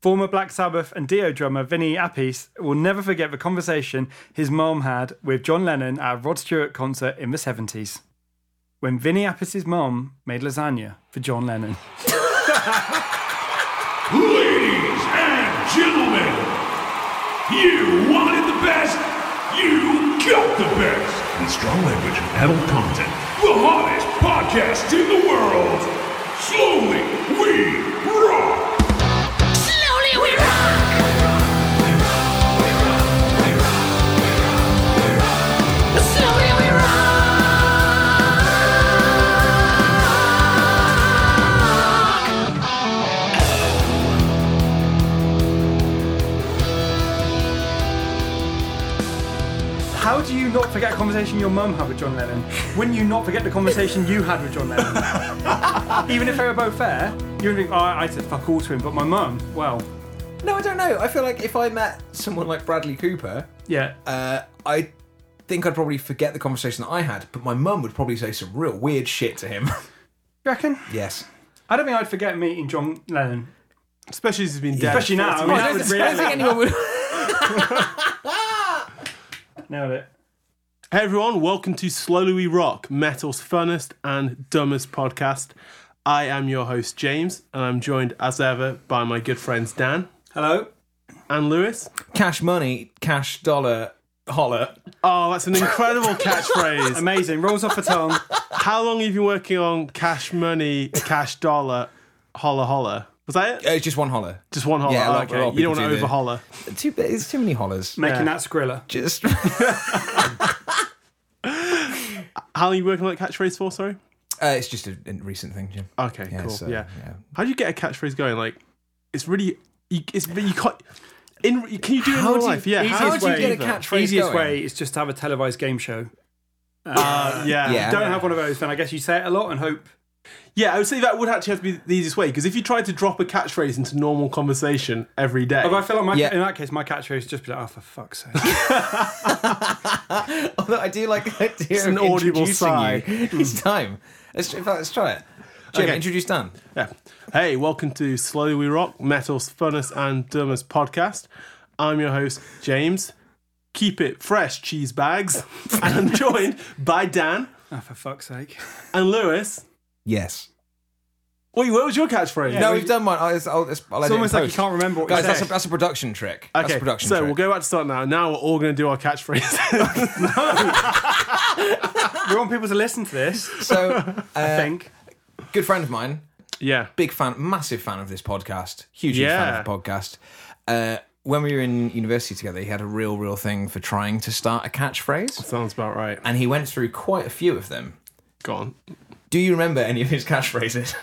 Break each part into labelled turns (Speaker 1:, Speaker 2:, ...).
Speaker 1: Former Black Sabbath and Dio drummer Vinny Appice will never forget the conversation his mom had with John Lennon at a Rod Stewart concert in the 70s when Vinny Appice's mom made lasagna for John Lennon.
Speaker 2: Ladies and gentlemen, you wanted the best, you got the best. In strong language and adult content, the hottest podcast in the world. Slowly we rock.
Speaker 3: Slowly we rock! Slowly we rock!
Speaker 1: How do you not forget a conversation your mum had with John Lennon? Wouldn't you not forget the conversation you had with John Lennon? Even if they were both there, you would think, oh, I said fuck all to him, but my mum, well,
Speaker 4: No, I don't know. I feel like if I met someone like Bradley Cooper,
Speaker 1: yeah.
Speaker 4: uh, I think I'd probably forget the conversation that I had, but my mum would probably say some real weird shit to him.
Speaker 1: you reckon?
Speaker 4: yes.
Speaker 1: I don't think I'd forget meeting John Lennon.
Speaker 5: Especially as he's been dead.
Speaker 1: Especially now. I mean, that was
Speaker 4: I don't think
Speaker 1: really...
Speaker 4: anyone would.
Speaker 1: Nailed it.
Speaker 5: Hey everyone, welcome to Slowly We Rock, metal's funnest and dumbest podcast. I am your host, James, and I'm joined as ever by my good friends Dan
Speaker 1: Hello?
Speaker 5: and Lewis.
Speaker 4: Cash money, cash dollar, holler. Uh,
Speaker 5: Oh, that's an incredible catchphrase.
Speaker 1: Amazing. Rolls off the tongue.
Speaker 5: How long have you been working on cash money, cash dollar, holla holla? Was that it?
Speaker 4: Uh, It's just one holler.
Speaker 5: Just one holla.
Speaker 4: yeah,
Speaker 5: Oh,
Speaker 4: like a lot of
Speaker 5: okay. You don't
Speaker 4: people do
Speaker 5: want to over
Speaker 4: the-
Speaker 5: holla.
Speaker 4: Too, it's too many hollers.
Speaker 1: Making
Speaker 5: Yeah.
Speaker 1: that Skrilla.
Speaker 4: Just uh,
Speaker 5: How long are you working on that catchphrase for, sorry?
Speaker 4: Uh, it's just a, a recent thing, Jim.
Speaker 5: Okay,
Speaker 4: Yeah,
Speaker 5: Oh, cool.
Speaker 4: so,
Speaker 5: yeah.
Speaker 4: yeah.
Speaker 5: How do you get a catchphrase going? Like, it's really, you, it's you can't. In can you do it in
Speaker 4: How
Speaker 5: real
Speaker 4: do you-
Speaker 5: life? Yeah.
Speaker 1: easiest
Speaker 4: How do you
Speaker 1: way-
Speaker 4: get a catchphrase
Speaker 1: Easiest
Speaker 4: going?
Speaker 1: way is just to have a televised game show.
Speaker 5: Uh, yeah.
Speaker 4: Yeah.
Speaker 1: Don't have one of those, then I guess you say it a lot and hope.
Speaker 5: Yeah, I would say that would actually have to be the easiest way because if you tried to drop a catchphrase into normal conversation every day,
Speaker 1: But I feel like my,
Speaker 4: Yeah.
Speaker 1: in that case, my catchphrase would just be like, oh, for fuck's sake.
Speaker 4: Although I do like the idea it's
Speaker 5: an audible sigh.
Speaker 4: It's time. Let's, in fact, let's try it. Jim,
Speaker 5: Okay.
Speaker 4: introduce Dan.
Speaker 5: yeah. Hey, welcome to Slowly We Rock, metal's funnest and dumbest podcast. I'm your host James. Keep it fresh, cheese bags. and I'm joined by Dan
Speaker 1: oh, for fuck's sake.
Speaker 5: and Lewis.
Speaker 4: Yes.
Speaker 5: Wait, what was your catchphrase?
Speaker 4: No, we've done one. I'll, I'll, I'll it's
Speaker 1: almost like you can't remember what you
Speaker 4: Guys, that's a,
Speaker 1: said.
Speaker 4: that's a production trick. that's a
Speaker 5: Okay,
Speaker 4: production
Speaker 5: so
Speaker 4: trick.
Speaker 5: we'll go back to start now. Now we're all going to do our catchphrases.
Speaker 1: We want people to listen to this,
Speaker 4: So,
Speaker 1: I
Speaker 4: uh,
Speaker 1: think.
Speaker 4: good friend of mine,
Speaker 5: yeah.
Speaker 4: big fan, massive fan of this podcast, huge huge fan
Speaker 5: Yeah.
Speaker 4: of the podcast. Uh, when we were in university together, he had a real, real thing for trying to start a catchphrase,
Speaker 5: Sounds about right.
Speaker 4: and he went through quite a few of them.
Speaker 5: Go on.
Speaker 4: Do you remember any of his catchphrases?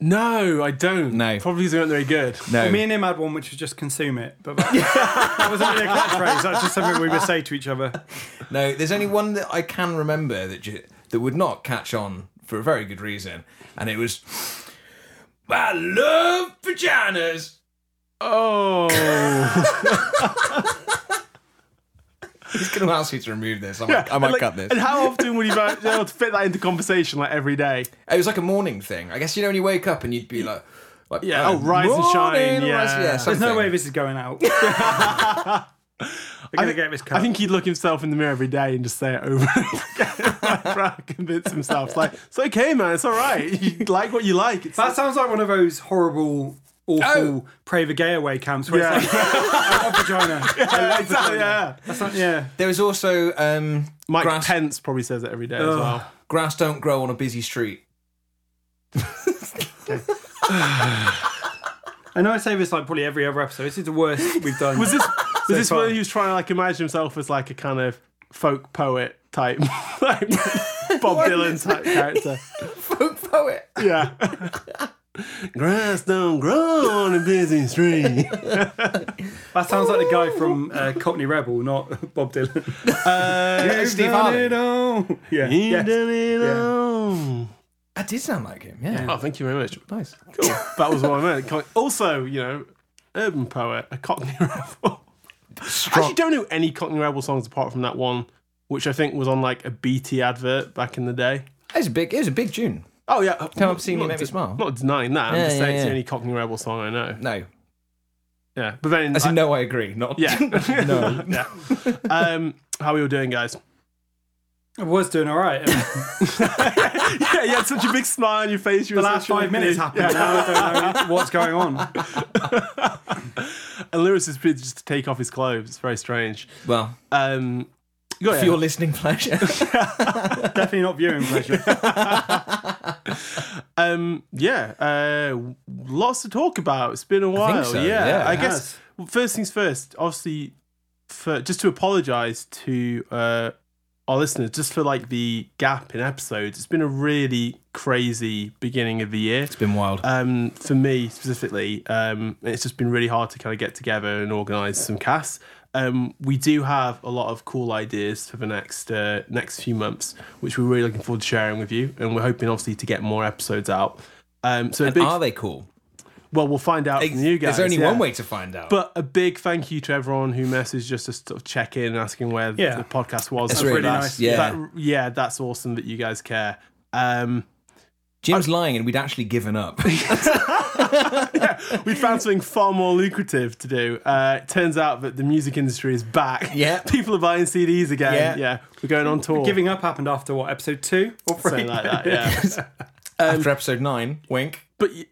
Speaker 5: No, I don't.
Speaker 4: No.
Speaker 5: Probably because they weren't very good.
Speaker 4: No.
Speaker 1: Me and him had one which was just consume it, but that, that wasn't really a catchphrase. That's just something we would say to each other.
Speaker 4: No, there's only one that I can remember that ju- that would not catch on for a very good reason, and it was I love vaginas.
Speaker 5: Oh.
Speaker 4: He's going to ask you to remove this. I might, I might
Speaker 5: Like,
Speaker 4: cut this.
Speaker 5: And how often would you be able to fit that into conversation like every day?
Speaker 4: It was like a morning thing. I guess you know when you wake up and you'd be like, like
Speaker 5: Yeah, oh, rise and shine,
Speaker 4: morning,
Speaker 5: yeah.
Speaker 1: There's no
Speaker 4: something.
Speaker 1: way this is going out. They're going to get this cut.
Speaker 5: I think he'd look himself in the mirror every day and just say it over and over again. like, try and convince himself. It's like, it's okay, man. It's all right. You like what you like. It's
Speaker 1: that sounds like one of those horrible, awful,
Speaker 4: Oh.
Speaker 1: pray the gay away camps where it's like, "Oh, I love vagina. I
Speaker 5: yeah,
Speaker 1: love vagina.
Speaker 5: exactly, yeah.
Speaker 1: That's not, yeah.
Speaker 4: There was also um,
Speaker 5: Mike
Speaker 4: grass.
Speaker 5: Pence probably says it every day as well.
Speaker 4: grass don't grow on a busy street.
Speaker 1: I know I say this like probably every other episode. This is the worst we've done.
Speaker 5: Was this was this
Speaker 1: far.
Speaker 5: when he was trying to like imagine himself as like a kind of folk poet type, like Bob Dylan type character?
Speaker 4: Folk poet.
Speaker 5: Yeah. Grass don't grow on a busy street.
Speaker 1: That sounds like the guy from uh, Cockney Rebel, not Bob Dylan. Uh,
Speaker 4: Yeah, Steve Harvey.
Speaker 1: all. Yeah.
Speaker 5: You
Speaker 1: Yes.
Speaker 5: done it
Speaker 1: Yeah.
Speaker 5: all.
Speaker 4: That did sound like him. Yeah.
Speaker 5: Oh, thank you very much.
Speaker 4: Nice.
Speaker 5: Cool. Oh, that was what I meant. Cockney- Also, you know, urban poet, a Cockney rebel. I actually don't know any Cockney rebel songs apart from that one, which I think was on like a BT advert back in the day.
Speaker 4: It was a big. It was a big tune.
Speaker 5: Oh yeah,
Speaker 4: Come up, see me,
Speaker 5: Not
Speaker 4: make me
Speaker 5: de-
Speaker 4: smile.
Speaker 5: Not denying that. I'm
Speaker 4: Yeah,
Speaker 5: just
Speaker 4: yeah,
Speaker 5: saying it's the
Speaker 4: yeah.
Speaker 5: only Cockney rebel song I know.
Speaker 4: No.
Speaker 5: Yeah, but then
Speaker 4: As in, no, I agree. Not
Speaker 5: Uh, Yeah.
Speaker 4: no.
Speaker 5: yeah. Um, how are you all doing, guys?
Speaker 1: I was doing all right. The
Speaker 5: Yeah, you had such a big smile on your face. You were
Speaker 1: last
Speaker 5: so
Speaker 1: five minutes
Speaker 5: happy.
Speaker 1: happened. Now I don't know what's going on.
Speaker 5: And Lewis is proceeded just to take off his clothes. It's very strange.
Speaker 4: Well,
Speaker 5: Um, go
Speaker 4: for your
Speaker 5: ahead.
Speaker 4: listening pleasure.
Speaker 1: Definitely not viewing pleasure.
Speaker 5: Um, yeah, uh, lots to talk about. It's been a while.
Speaker 4: so,
Speaker 5: yeah.
Speaker 4: yeah,
Speaker 5: I
Speaker 4: it
Speaker 5: guess well, first things first. Obviously, for just to apologise to uh, our listeners, just for like the gap in episodes. It's been a really crazy beginning of the year.
Speaker 4: it's been wild.
Speaker 5: um, for me specifically, um, it's just been really hard to kind of get together and organise some casts. Um, we do have a lot of cool ideas for the next uh, next few months, which we're really looking forward to sharing with you, and we're hoping obviously to get more episodes out. Um, so a big,
Speaker 4: Are they cool?
Speaker 5: well, we'll find out from you guys.
Speaker 4: There's only
Speaker 5: yeah.
Speaker 4: one way to find out.
Speaker 5: But a big thank you to everyone who messaged just to sort of check in, asking where
Speaker 1: Yeah.
Speaker 5: the podcast was.
Speaker 4: That's really
Speaker 5: that-
Speaker 4: nice, yeah.
Speaker 5: that- yeah, that's awesome that you guys care. Um,
Speaker 4: Jim's lying, and we'd actually given up.
Speaker 5: we found something far more lucrative to do. Uh, it turns out that the music industry is back.
Speaker 4: Yeah.
Speaker 5: People are buying CDs again.
Speaker 4: Yeah.
Speaker 5: Yeah. We're going on tour.
Speaker 1: Giving up happened after what episode two or three?
Speaker 5: Something like that, yeah.
Speaker 4: After episode nine, wink.
Speaker 5: but. You...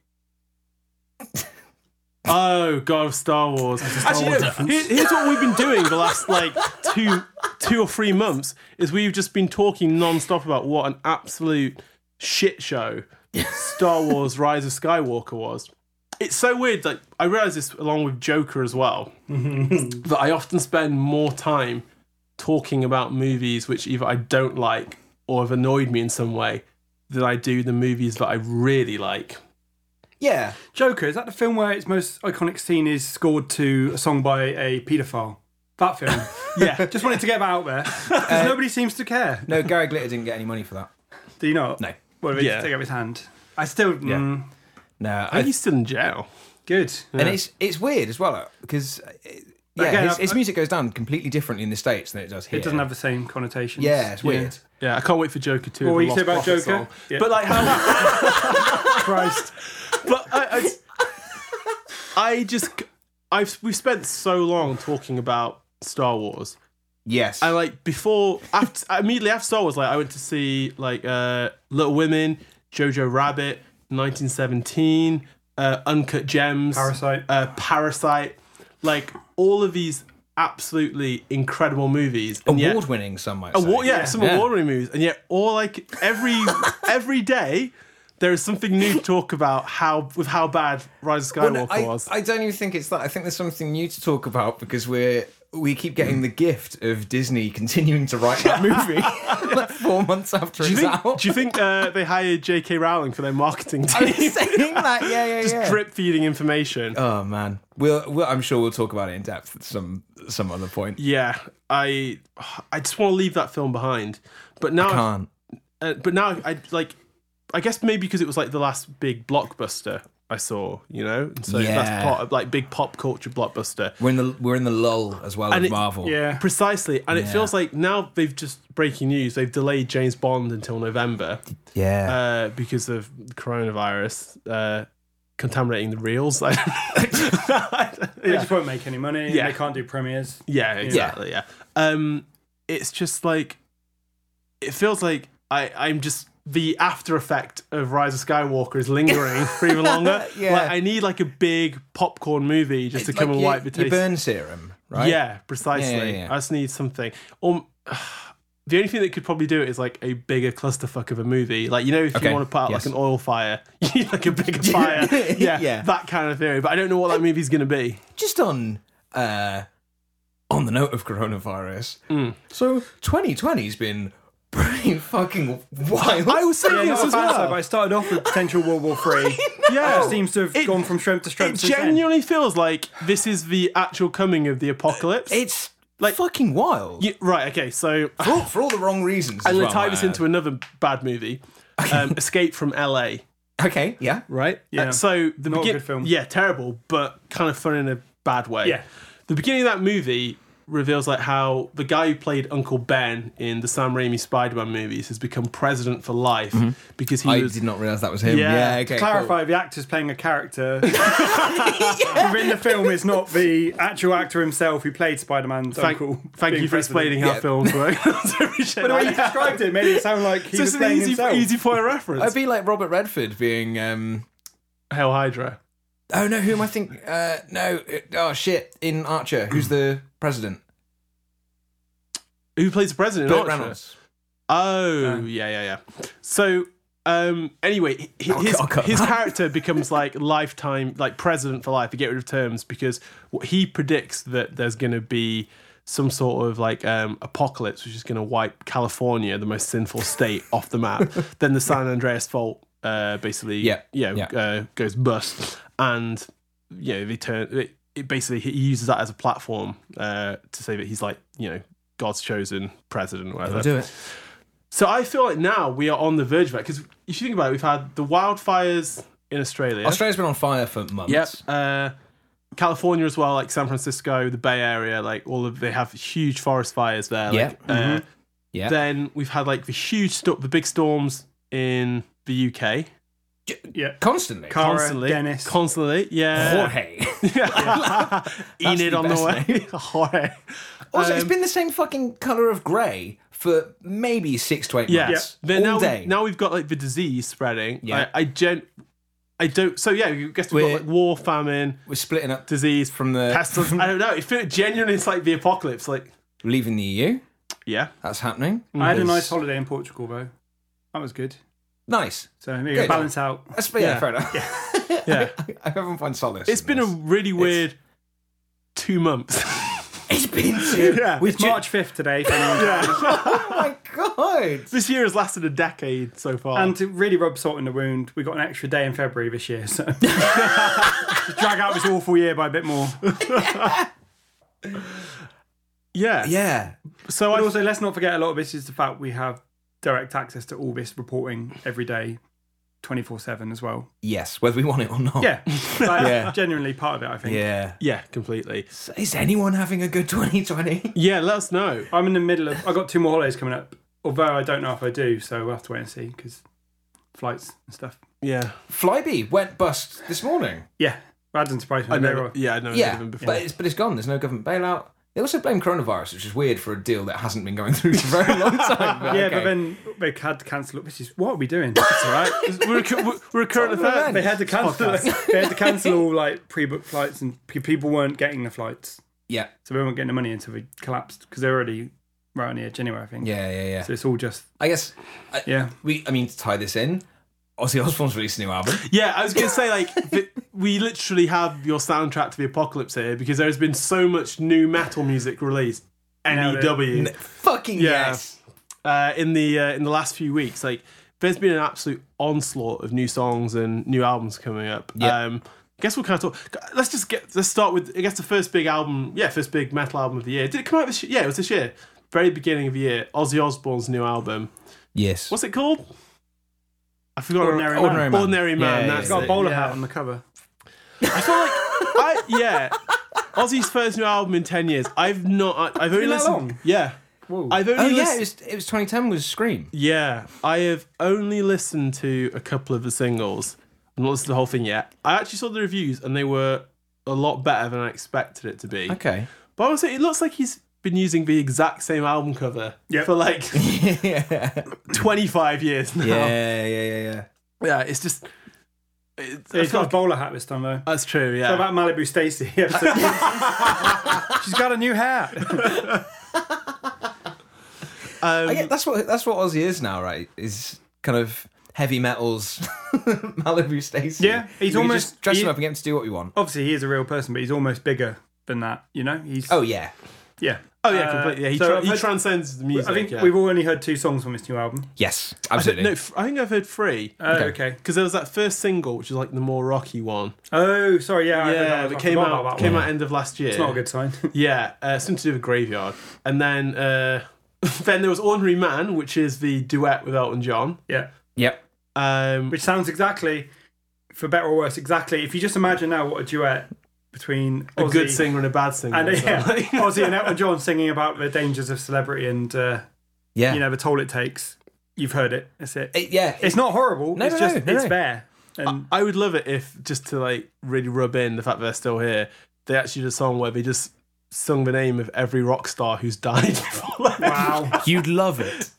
Speaker 5: Oh God, of Star Wars! Actually,
Speaker 1: Wars
Speaker 5: no, here- here's what we've been doing the last like two, two or three months is we've just been talking non-stop about what an absolute shit show Star Wars: Rise of Skywalker was. It's so weird. Like I realized this along with Joker as well. that I often spend more time talking about movies which either I don't like or have annoyed me in some way than I do the movies that I really like.
Speaker 4: Yeah.
Speaker 1: Joker, is that the film where its most iconic scene is scored to a song by a paedophile? That film.
Speaker 5: Yeah. Uh,
Speaker 1: Just wanted to get that out there. Because nobody seems to care.
Speaker 4: No, Gary Glitter didn't get any money for that.
Speaker 1: Do you not?
Speaker 4: No.
Speaker 1: What if he
Speaker 5: Yeah.
Speaker 1: just take out his hand? I still. Mm,
Speaker 4: No. I-
Speaker 5: Are you still in jail?
Speaker 1: good. Uh,
Speaker 4: and it's it's weird as well because uh, yeah,
Speaker 1: Again,
Speaker 4: his,
Speaker 1: I-
Speaker 4: his music goes down completely differently in the states than it does here.
Speaker 1: It doesn't have the same connotations.
Speaker 4: Yeah, it's weird.
Speaker 5: Yeah, I can't wait for Joker 2.
Speaker 1: What
Speaker 5: the
Speaker 1: were you
Speaker 5: Lost
Speaker 1: say about
Speaker 5: Prophet
Speaker 1: Joker?
Speaker 5: song.
Speaker 1: Yeah.
Speaker 5: But like how
Speaker 1: Christ.
Speaker 5: but I, I, I just I've we've spent so long talking about Star Wars
Speaker 4: Yes.
Speaker 5: I like before after immediately after Star Wars, like I went to see like uh Little Women, Jojo Rabbit, 1917, uh, Uncut Gems,
Speaker 1: Parasite.
Speaker 5: uh, Parasite, like all of these absolutely incredible movies. and yet-
Speaker 4: Award-winning, some might say.
Speaker 5: Award, yeah, some
Speaker 4: Yeah.
Speaker 5: award-winning movies, and yet all like every every day there is something new to talk about how with how bad Rise of
Speaker 4: Well,
Speaker 5: Skywalker
Speaker 4: no, I,
Speaker 5: was.
Speaker 4: I don't even think it's that. I think there's something new to talk about because we're we keep getting the gift of Disney continuing to write that movie like four months after
Speaker 5: do you
Speaker 4: it's
Speaker 5: think,
Speaker 4: out.
Speaker 5: do you think uh, they hired J.K. Rowling for their marketing team?
Speaker 4: saying that? Yeah, yeah,
Speaker 5: Just
Speaker 4: yeah.
Speaker 5: drip feeding information.
Speaker 4: Oh man, we'll, we'll I'm sure we'll talk about it in depth at some some other point.
Speaker 5: yeah, I I just want to leave that film behind. But now,
Speaker 4: Can't.
Speaker 5: uh, but now I like. I guess maybe because it was like the last big blockbuster I saw, you know, and so
Speaker 4: Yeah.
Speaker 5: that's part of like big pop culture blockbuster.
Speaker 4: We're in the we're in the lull as well of
Speaker 5: And it-
Speaker 4: Marvel.
Speaker 1: Yeah.
Speaker 5: Precisely, and it
Speaker 4: Yeah.
Speaker 5: feels like now they've just breaking news. They've delayed James Bond until November
Speaker 4: yeah.
Speaker 5: uh, because of coronavirus uh, contaminating the reels. I don't know.
Speaker 1: They just won't make any money.
Speaker 5: Yeah.
Speaker 1: They can't do premieres.
Speaker 5: Yeah, exactly. Yeah. Um, it's just like it feels like I I'm just the after effect of Rise of Skywalker is lingering for even longer.
Speaker 4: Yeah.
Speaker 5: Like I need like a big popcorn movie just to
Speaker 4: It's
Speaker 5: come
Speaker 4: like
Speaker 5: and
Speaker 4: your-
Speaker 5: wipe the
Speaker 4: your
Speaker 5: taste.
Speaker 4: burn serum, right?
Speaker 5: Yeah, precisely.
Speaker 4: Yeah, yeah, yeah.
Speaker 5: I just need something. Um, the only thing that could probably do it is like a bigger clusterfuck of a movie. Like you know, if
Speaker 4: Okay,
Speaker 5: you want to put out
Speaker 4: yes.
Speaker 5: like an oil fire, you need like a bigger fire. Yeah,
Speaker 4: Yeah.
Speaker 5: that kind of theory. But I don't know what that movie's gonna be.
Speaker 4: just on uh on the note of coronavirus.
Speaker 5: Mm.
Speaker 4: So 2020's been pretty fucking wild.
Speaker 5: I was
Speaker 1: Yeah,
Speaker 5: saying
Speaker 1: not
Speaker 5: this
Speaker 1: a
Speaker 5: as
Speaker 1: fan
Speaker 5: well.
Speaker 1: side, but I started off with potential World War Three.
Speaker 5: Yeah.
Speaker 1: It seems to have
Speaker 5: It-
Speaker 1: gone from strength to
Speaker 5: It
Speaker 1: strength. since then.
Speaker 5: genuinely feels like this is the actual coming of the apocalypse.
Speaker 4: it's like
Speaker 5: Like-
Speaker 4: fucking wild.
Speaker 5: Yeah, right, okay, so
Speaker 4: for, all, for all the wrong reasons.
Speaker 5: I'm going to tie this into another bad movie um, Escape from LA,
Speaker 4: Okay, yeah.
Speaker 5: right?
Speaker 1: Yeah.
Speaker 5: Uh, so the
Speaker 1: Not a
Speaker 5: begin-
Speaker 1: good film.
Speaker 5: Yeah, terrible, but kind of fun in a bad way.
Speaker 1: Yeah.
Speaker 5: The beginning of that movie reveals like how the guy who played Uncle Ben in the Sam Raimi Spider-Man movies has become president for life because he
Speaker 4: Mm-hmm. I
Speaker 5: was
Speaker 4: did not realize that was him.
Speaker 5: Yeah.
Speaker 4: Yeah, okay.
Speaker 1: Clarify the actor's playing a character within the film is not the actual actor himself who played Spider Man's
Speaker 5: Thank,
Speaker 1: uncle.
Speaker 5: thank
Speaker 1: being
Speaker 5: you for
Speaker 1: president.
Speaker 5: explaining how
Speaker 4: Yeah.
Speaker 5: films work. I appreciate
Speaker 1: But the way you
Speaker 5: that.
Speaker 1: described it made it sound like he
Speaker 5: So
Speaker 1: was
Speaker 5: it's an
Speaker 1: playing
Speaker 5: easy,
Speaker 1: himself.
Speaker 5: easy point of
Speaker 4: Cool. I'd
Speaker 5: reference.
Speaker 4: be like Robert Redford being. Um,
Speaker 5: Hell Hydra.
Speaker 4: oh no, who am I thinking? Uh, no, uh, oh shit, in Archer, who's the president?
Speaker 5: Who plays the president? in
Speaker 4: Burt
Speaker 5: Archer?
Speaker 4: Reynolds.
Speaker 5: Oh, yeah, yeah, yeah. So, um, anyway, h- his,
Speaker 4: I'll cut
Speaker 5: his character becomes like lifetime, like president for life. They get rid of terms because what he predicts that there's going to be some sort of like um, apocalypse, which is going to wipe California, the most sinful state, off the map. then the San Andreas fault uh, basically
Speaker 4: Yeah,
Speaker 5: you know,
Speaker 4: yeah.
Speaker 5: Uh, goes bust. And, you know, they turn, it, it basically, he uses that as a platform uh, to say that he's like, you know, God's chosen president, or whatever.
Speaker 4: it.
Speaker 5: So I feel like now we are on the verge of that because if you think about it, we've had the wildfires in Australia.
Speaker 4: Australia's been on fire for months.
Speaker 5: Yep. Uh, California as well, like San Francisco, the Bay Area, like all of they have huge forest fires there. Like,
Speaker 4: Yeah.
Speaker 5: uh,
Speaker 4: Yeah.
Speaker 5: Then we've had like the huge stuff, the big storms in the UK
Speaker 1: Yeah.
Speaker 4: Constantly.
Speaker 1: Cara,
Speaker 5: constantly,
Speaker 1: Dennis.
Speaker 5: constantly, yeah.
Speaker 4: Jorge.
Speaker 5: Enid
Speaker 4: the
Speaker 5: on the
Speaker 4: best
Speaker 5: way. Jorge.
Speaker 4: also,
Speaker 5: Um,
Speaker 4: it's been the same fucking colour of grey for maybe six to eight
Speaker 5: Yeah.
Speaker 4: months.
Speaker 5: Then
Speaker 4: All
Speaker 5: now,
Speaker 4: day.
Speaker 5: now we've got like the disease spreading.
Speaker 4: Yeah.
Speaker 5: I, I gen I don't so yeah, I guess we've
Speaker 4: We're-
Speaker 5: got like war, famine,
Speaker 4: We're splitting up,
Speaker 5: disease
Speaker 4: From the-
Speaker 5: pestilence. I don't know. It feels genuinely it's like the apocalypse, like
Speaker 4: leaving the EU.
Speaker 5: yeah.
Speaker 4: That's happening.
Speaker 5: Mm.
Speaker 1: I had a nice holiday in Portugal though. That was good.
Speaker 4: Nice.
Speaker 1: So here you go,
Speaker 4: Good.
Speaker 1: balance out.
Speaker 4: That's yeah, fair enough.
Speaker 5: Yeah.
Speaker 4: I haven't found solace.
Speaker 5: it's
Speaker 4: in
Speaker 5: been a
Speaker 4: this.
Speaker 5: really weird two months.
Speaker 4: It's been two.
Speaker 1: It's March fifth today, if anyone-
Speaker 4: Oh my god.
Speaker 5: this year has lasted a decade so far.
Speaker 1: and to really rub salt in the wound, we got an extra day in February this year. So drag out this awful year by a bit more.
Speaker 5: yeah.
Speaker 4: Yeah.
Speaker 5: So I
Speaker 1: But also, let's not forget a lot of this is the fact we have direct access to all this reporting every day, 24 7 as well.
Speaker 4: Yes. Whether we want it or not.
Speaker 1: Yeah. That's
Speaker 4: Yeah.
Speaker 1: genuinely part of it, I think.
Speaker 4: Yeah.
Speaker 5: yeah, completely.
Speaker 4: Is anyone having a good 2020?
Speaker 5: Yeah, let us know.
Speaker 1: I'm in the middle of, I've got two more holidays coming up, although I don't know if I do, so we'll have to wait and see because flights and stuff.
Speaker 5: Yeah.
Speaker 4: Flybe went bust this morning.
Speaker 1: Yeah. Radden surprised me.
Speaker 5: I
Speaker 1: very
Speaker 5: know.
Speaker 1: well.
Speaker 5: Yeah, I know.
Speaker 4: Yeah.
Speaker 5: even before.
Speaker 4: But it's but it's gone. There's no government bailout. They also blame coronavirus, which is weird for a deal that hasn't been going through for a very long time.
Speaker 1: Yeah,
Speaker 4: okay.
Speaker 1: but then they had to cancel it. This is what are we doing? It's all right.
Speaker 5: we're, a cu- we're- we're a current affair.
Speaker 1: They had to cancel. they had to cancel all like pre-booked flights, and pe- people weren't getting the flights,
Speaker 4: yeah,
Speaker 1: so they weren't getting the money until they collapsed because they're already right on the edge anyway. I think.
Speaker 4: yeah, yeah, yeah.
Speaker 1: So it's all just
Speaker 4: I guess I,
Speaker 1: yeah.
Speaker 4: we. I mean, to tie this in, Ozzy Osbourne's released a new album.
Speaker 5: Yeah, I was going to say, like, th- we literally have your soundtrack to the apocalypse here because there has been so much new metal music released. E NEW
Speaker 4: Fucking
Speaker 5: Yeah.
Speaker 4: yes.
Speaker 5: uh, in the uh, in the last few weeks. Like, there's been an absolute onslaught of new songs and new albums coming up.
Speaker 4: Yeah.
Speaker 5: Um, I guess we'll kind of talk. Let's just get let's start with I guess the first big album. Yeah, first big metal album of the year. Did it come out this year? Yeah, it was this year. Very beginning of the year, Ozzy Osbourne's new album.
Speaker 4: Yes.
Speaker 5: What's it called? I forgot.
Speaker 1: Ordinary Man.
Speaker 5: Ordinary Man.
Speaker 4: Yeah, yeah,
Speaker 5: that's
Speaker 1: Got
Speaker 5: it.
Speaker 1: a bowler
Speaker 5: Yeah.
Speaker 1: hat on the cover.
Speaker 5: I feel like, I, yeah, Ozzy's first new album in ten years. I've not. I, I've only
Speaker 1: been that
Speaker 5: listened.
Speaker 1: long?
Speaker 5: Yeah,
Speaker 1: Whoa.
Speaker 5: I've only.
Speaker 4: Oh yeah,
Speaker 5: listened,
Speaker 4: it was, it was 2010 was Scream.
Speaker 5: yeah, I have only listened to a couple of the singles. I've not listened to the whole thing yet. I actually saw the reviews, and they were a lot better than I expected it to be.
Speaker 4: Okay.
Speaker 5: But I would say it looks like he's been using the exact same album cover
Speaker 1: Yep.
Speaker 5: for like
Speaker 4: yeah. Yeah,
Speaker 5: 25 years now.
Speaker 4: yeah, yeah, yeah.
Speaker 5: Yeah, it's just. It's, I
Speaker 1: He's got
Speaker 5: feel
Speaker 1: a
Speaker 5: like-
Speaker 1: bowler hat this time though.
Speaker 5: that's true. Yeah.
Speaker 1: What about Malibu Stacy? Episode- She's got a new hat.
Speaker 5: Um,
Speaker 4: I get, that's what that's what Ozzy is now, right? Is kind of heavy metals, Malibu Stacy.
Speaker 1: Yeah, he's
Speaker 4: You
Speaker 1: almost-
Speaker 4: just dress
Speaker 1: he-
Speaker 4: him up and get him to do what you want.
Speaker 1: Obviously, he is a real person, but he's almost bigger than that. You know, he's
Speaker 4: Oh yeah,
Speaker 1: yeah.
Speaker 5: oh yeah,
Speaker 1: Uh,
Speaker 5: completely. Yeah, he,
Speaker 1: so
Speaker 5: tra-
Speaker 1: I've
Speaker 5: he
Speaker 1: heard-
Speaker 5: transcends the music.
Speaker 1: I think
Speaker 5: yeah.
Speaker 1: we've all only heard two songs from this new album.
Speaker 4: yes,
Speaker 5: Th-
Speaker 4: absolutely.
Speaker 5: No, f- I think I've heard three.
Speaker 1: Oh, okay.
Speaker 5: Because there was that first single, which is like the more rocky one.
Speaker 1: Oh, sorry. Yeah, I heard
Speaker 5: Yeah,
Speaker 1: that.
Speaker 5: that
Speaker 1: I
Speaker 5: came
Speaker 1: forgot about
Speaker 5: out
Speaker 1: that
Speaker 5: came
Speaker 1: one.
Speaker 5: out end of last year.
Speaker 1: It's not a good sign.
Speaker 5: Yeah, uh, something to do with graveyard. And then uh, then there was Ordinary Man, which is the duet with Elton John.
Speaker 1: yeah.
Speaker 4: yep.
Speaker 5: Um,
Speaker 1: which sounds exactly, for better or worse, exactly. If you just imagine now what a duet between
Speaker 5: a
Speaker 1: Ozzy
Speaker 5: good singer and a bad singer.
Speaker 1: and
Speaker 5: or
Speaker 1: yeah,
Speaker 5: something.
Speaker 1: Ozzy and Elton John singing about the dangers of celebrity and uh,
Speaker 4: Yeah.
Speaker 1: you know the toll it takes. You've heard it. That's it.
Speaker 4: It- yeah.
Speaker 1: it's not horrible.
Speaker 4: No,
Speaker 1: it's
Speaker 4: no,
Speaker 1: just
Speaker 4: no, no,
Speaker 1: it's
Speaker 4: no.
Speaker 1: there. And
Speaker 5: I would love it if just to like really rub in the fact that they're still here. They actually did a song where they just sung the name of every rock star who's died before.
Speaker 1: wow,
Speaker 4: You'd love it.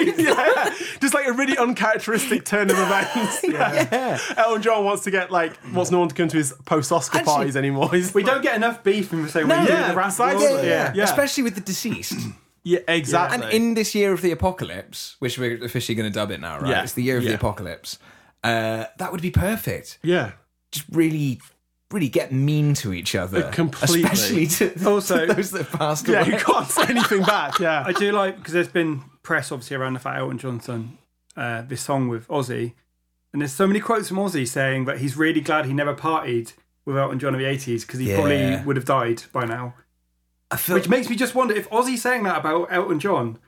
Speaker 5: yeah. Just like a really uncharacteristic turn of events.
Speaker 4: yeah.
Speaker 5: Elton John wants to get like wants no one to come to his post Oscar
Speaker 4: Actually-
Speaker 5: parties anymore. He's
Speaker 1: we don't get enough beef in the same way.
Speaker 4: No,
Speaker 1: we do
Speaker 4: yeah,
Speaker 1: the rap
Speaker 5: besides-
Speaker 1: world.
Speaker 4: Yeah, yeah,
Speaker 5: Yeah.
Speaker 4: Especially with the deceased.
Speaker 5: yeah, exactly.
Speaker 4: And in this year of the apocalypse, which we're officially going to dub it now, right?
Speaker 5: Yeah.
Speaker 4: It's the year of
Speaker 5: Yeah.
Speaker 4: the apocalypse. Uh, that would be perfect.
Speaker 5: yeah.
Speaker 4: Just really, really get mean to each other.
Speaker 5: Uh, completely.
Speaker 4: Especially to,
Speaker 1: Also-
Speaker 4: to those that passed
Speaker 5: Yeah,
Speaker 4: away.
Speaker 5: you can't say anything back. Yeah.
Speaker 1: I do like because there's been press obviously around the fact Elton Johnson uh, this song with Ozzy, and there's so many quotes from Ozzy saying that he's really glad he never partied with Elton John in the 80s because he
Speaker 4: Yeah.
Speaker 1: probably would have died by now.
Speaker 4: I feel,
Speaker 1: Which makes me just wonder if Ozzy's saying that about Elton John.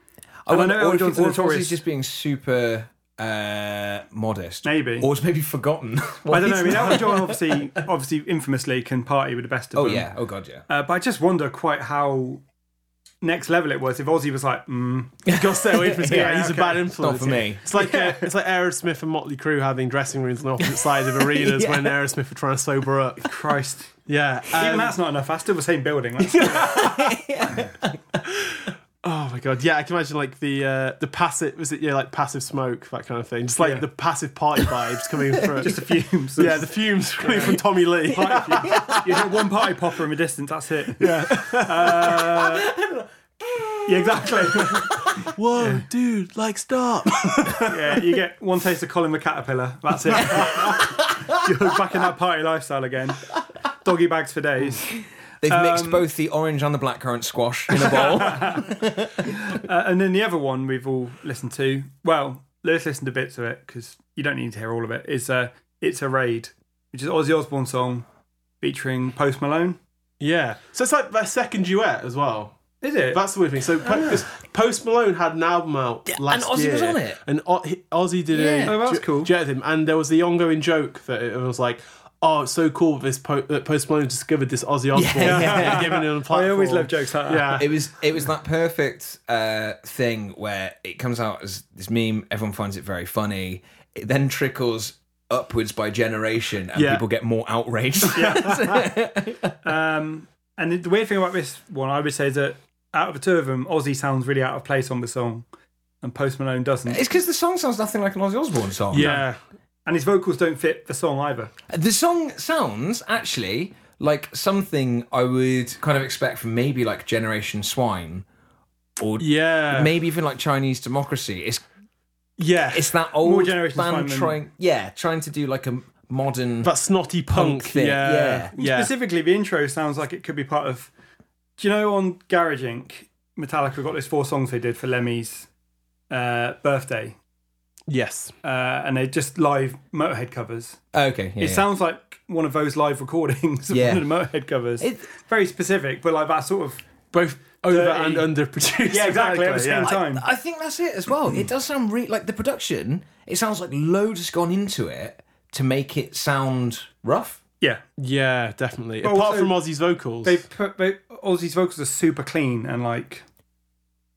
Speaker 4: I
Speaker 1: and I
Speaker 4: wonder-
Speaker 1: know
Speaker 4: or
Speaker 1: Elton
Speaker 4: if-
Speaker 1: John's
Speaker 4: or if
Speaker 1: notorious.
Speaker 4: Ozzy's just being super uh, modest.
Speaker 1: Maybe.
Speaker 4: Or it's maybe forgotten.
Speaker 1: I don't know. I mean, Elton John obviously, obviously, infamously can party with the best of
Speaker 4: Oh,
Speaker 1: them.
Speaker 4: yeah. Oh, God, yeah.
Speaker 1: Uh, but I just wonder quite how next level it was if Ozzy was like, mm,
Speaker 5: Got stay away from him.
Speaker 1: Yeah,
Speaker 5: Yeah,
Speaker 1: okay.
Speaker 5: he's a bad
Speaker 4: Not
Speaker 5: influence.
Speaker 4: for me.
Speaker 5: It's like uh, it's like Aerosmith and Motley Crue having dressing rooms on opposite sides of arenas when Aerosmith were trying to sober up.
Speaker 1: Christ.
Speaker 5: Yeah.
Speaker 1: Even
Speaker 5: um,
Speaker 1: that's not enough. That's still the same building. That's
Speaker 5: Oh my god, yeah, I can imagine like the uh, the passive was it yeah like passive smoke that kind of thing, just like
Speaker 1: Yeah.
Speaker 5: the passive party vibes coming from
Speaker 1: just the fumes.
Speaker 5: yeah the fumes coming from Tommy Lee.
Speaker 1: Party fumes. You hit one party popper in the distance, that's it. Yeah. yeah, exactly.
Speaker 5: Whoa, dude, like stop.
Speaker 1: Yeah, you get one taste of Colin the Caterpillar. That's it. You're back in that party lifestyle again. Doggy bags for days.
Speaker 4: They've
Speaker 1: Um,
Speaker 4: mixed both the orange and the blackcurrant squash in a bowl.
Speaker 1: Uh, And then the other one we've all listened to, well, let's listen to bits of it because you don't need to hear all of it, is uh, It's a Raid, which is Ozzy Osbourne song featuring Post Malone.
Speaker 5: yeah, so it's like their second duet as well.
Speaker 1: Is it?
Speaker 5: That's the weird thing. So
Speaker 1: Ah.
Speaker 5: po- 'cause Post Malone had an album out last
Speaker 4: and Ozzy
Speaker 5: year,
Speaker 4: was on it.
Speaker 5: and o- he- Ozzy did
Speaker 4: Yeah.
Speaker 5: a
Speaker 1: Oh, that's
Speaker 5: ju-
Speaker 1: cool.
Speaker 5: duet with him, and there was the ongoing joke that it was like. Oh, it's so cool! This po- that Post Malone discovered this Ozzy Osbourne
Speaker 4: yeah.
Speaker 5: and given it on a platform.
Speaker 1: I always love jokes like that.
Speaker 5: Yeah,
Speaker 4: It was it was that perfect uh, thing where it comes out as this meme. Everyone finds it very funny. It then trickles upwards by generation, and
Speaker 5: Yeah.
Speaker 4: people get more outraged.
Speaker 1: Um, and the weird thing about this one, I would say, is that out of the two of them, Ozzy sounds really out of place on the song, and Post Malone doesn't.
Speaker 4: it's because the song sounds nothing like an Ozzy Osbourne song.
Speaker 5: yeah.
Speaker 1: And his vocals don't fit the song either.
Speaker 4: The song sounds actually like something I would kind of expect from maybe like Generation Swine, or
Speaker 5: Yeah.
Speaker 4: maybe even like Chinese Democracy. It's
Speaker 5: yeah.
Speaker 4: it's that old
Speaker 1: Generation Swine
Speaker 4: band
Speaker 1: than-
Speaker 4: trying, yeah, trying to do like a modern.
Speaker 5: that snotty
Speaker 4: Punk
Speaker 5: punk.
Speaker 4: thing,
Speaker 5: Yeah.
Speaker 4: yeah.
Speaker 5: Yeah.
Speaker 1: Specifically, the intro sounds like it could be part of. Do you know on Garage Inc. Metallica got those four songs they did for Lemmy's uh, birthday,
Speaker 5: Yes.
Speaker 1: uh, and they're just live Motorhead covers.
Speaker 4: okay, yeah,
Speaker 1: It
Speaker 4: yeah.
Speaker 1: sounds like one of those live recordings of
Speaker 4: Yeah.
Speaker 1: one of the Motorhead covers.
Speaker 4: It-
Speaker 1: Very specific, but like that sort of
Speaker 5: Both over
Speaker 1: Dirty.
Speaker 5: and underproduced.
Speaker 1: yeah, exactly at the same
Speaker 5: yeah.
Speaker 1: time.
Speaker 4: I think that's it as well. It does sound re- like the production. It sounds like loads has gone into it to make it sound rough.
Speaker 1: yeah,
Speaker 5: Yeah, definitely.
Speaker 1: But
Speaker 5: Apart
Speaker 1: also-
Speaker 5: from Ozzy's vocals,
Speaker 1: they put they, Ozzy's vocals are super clean and like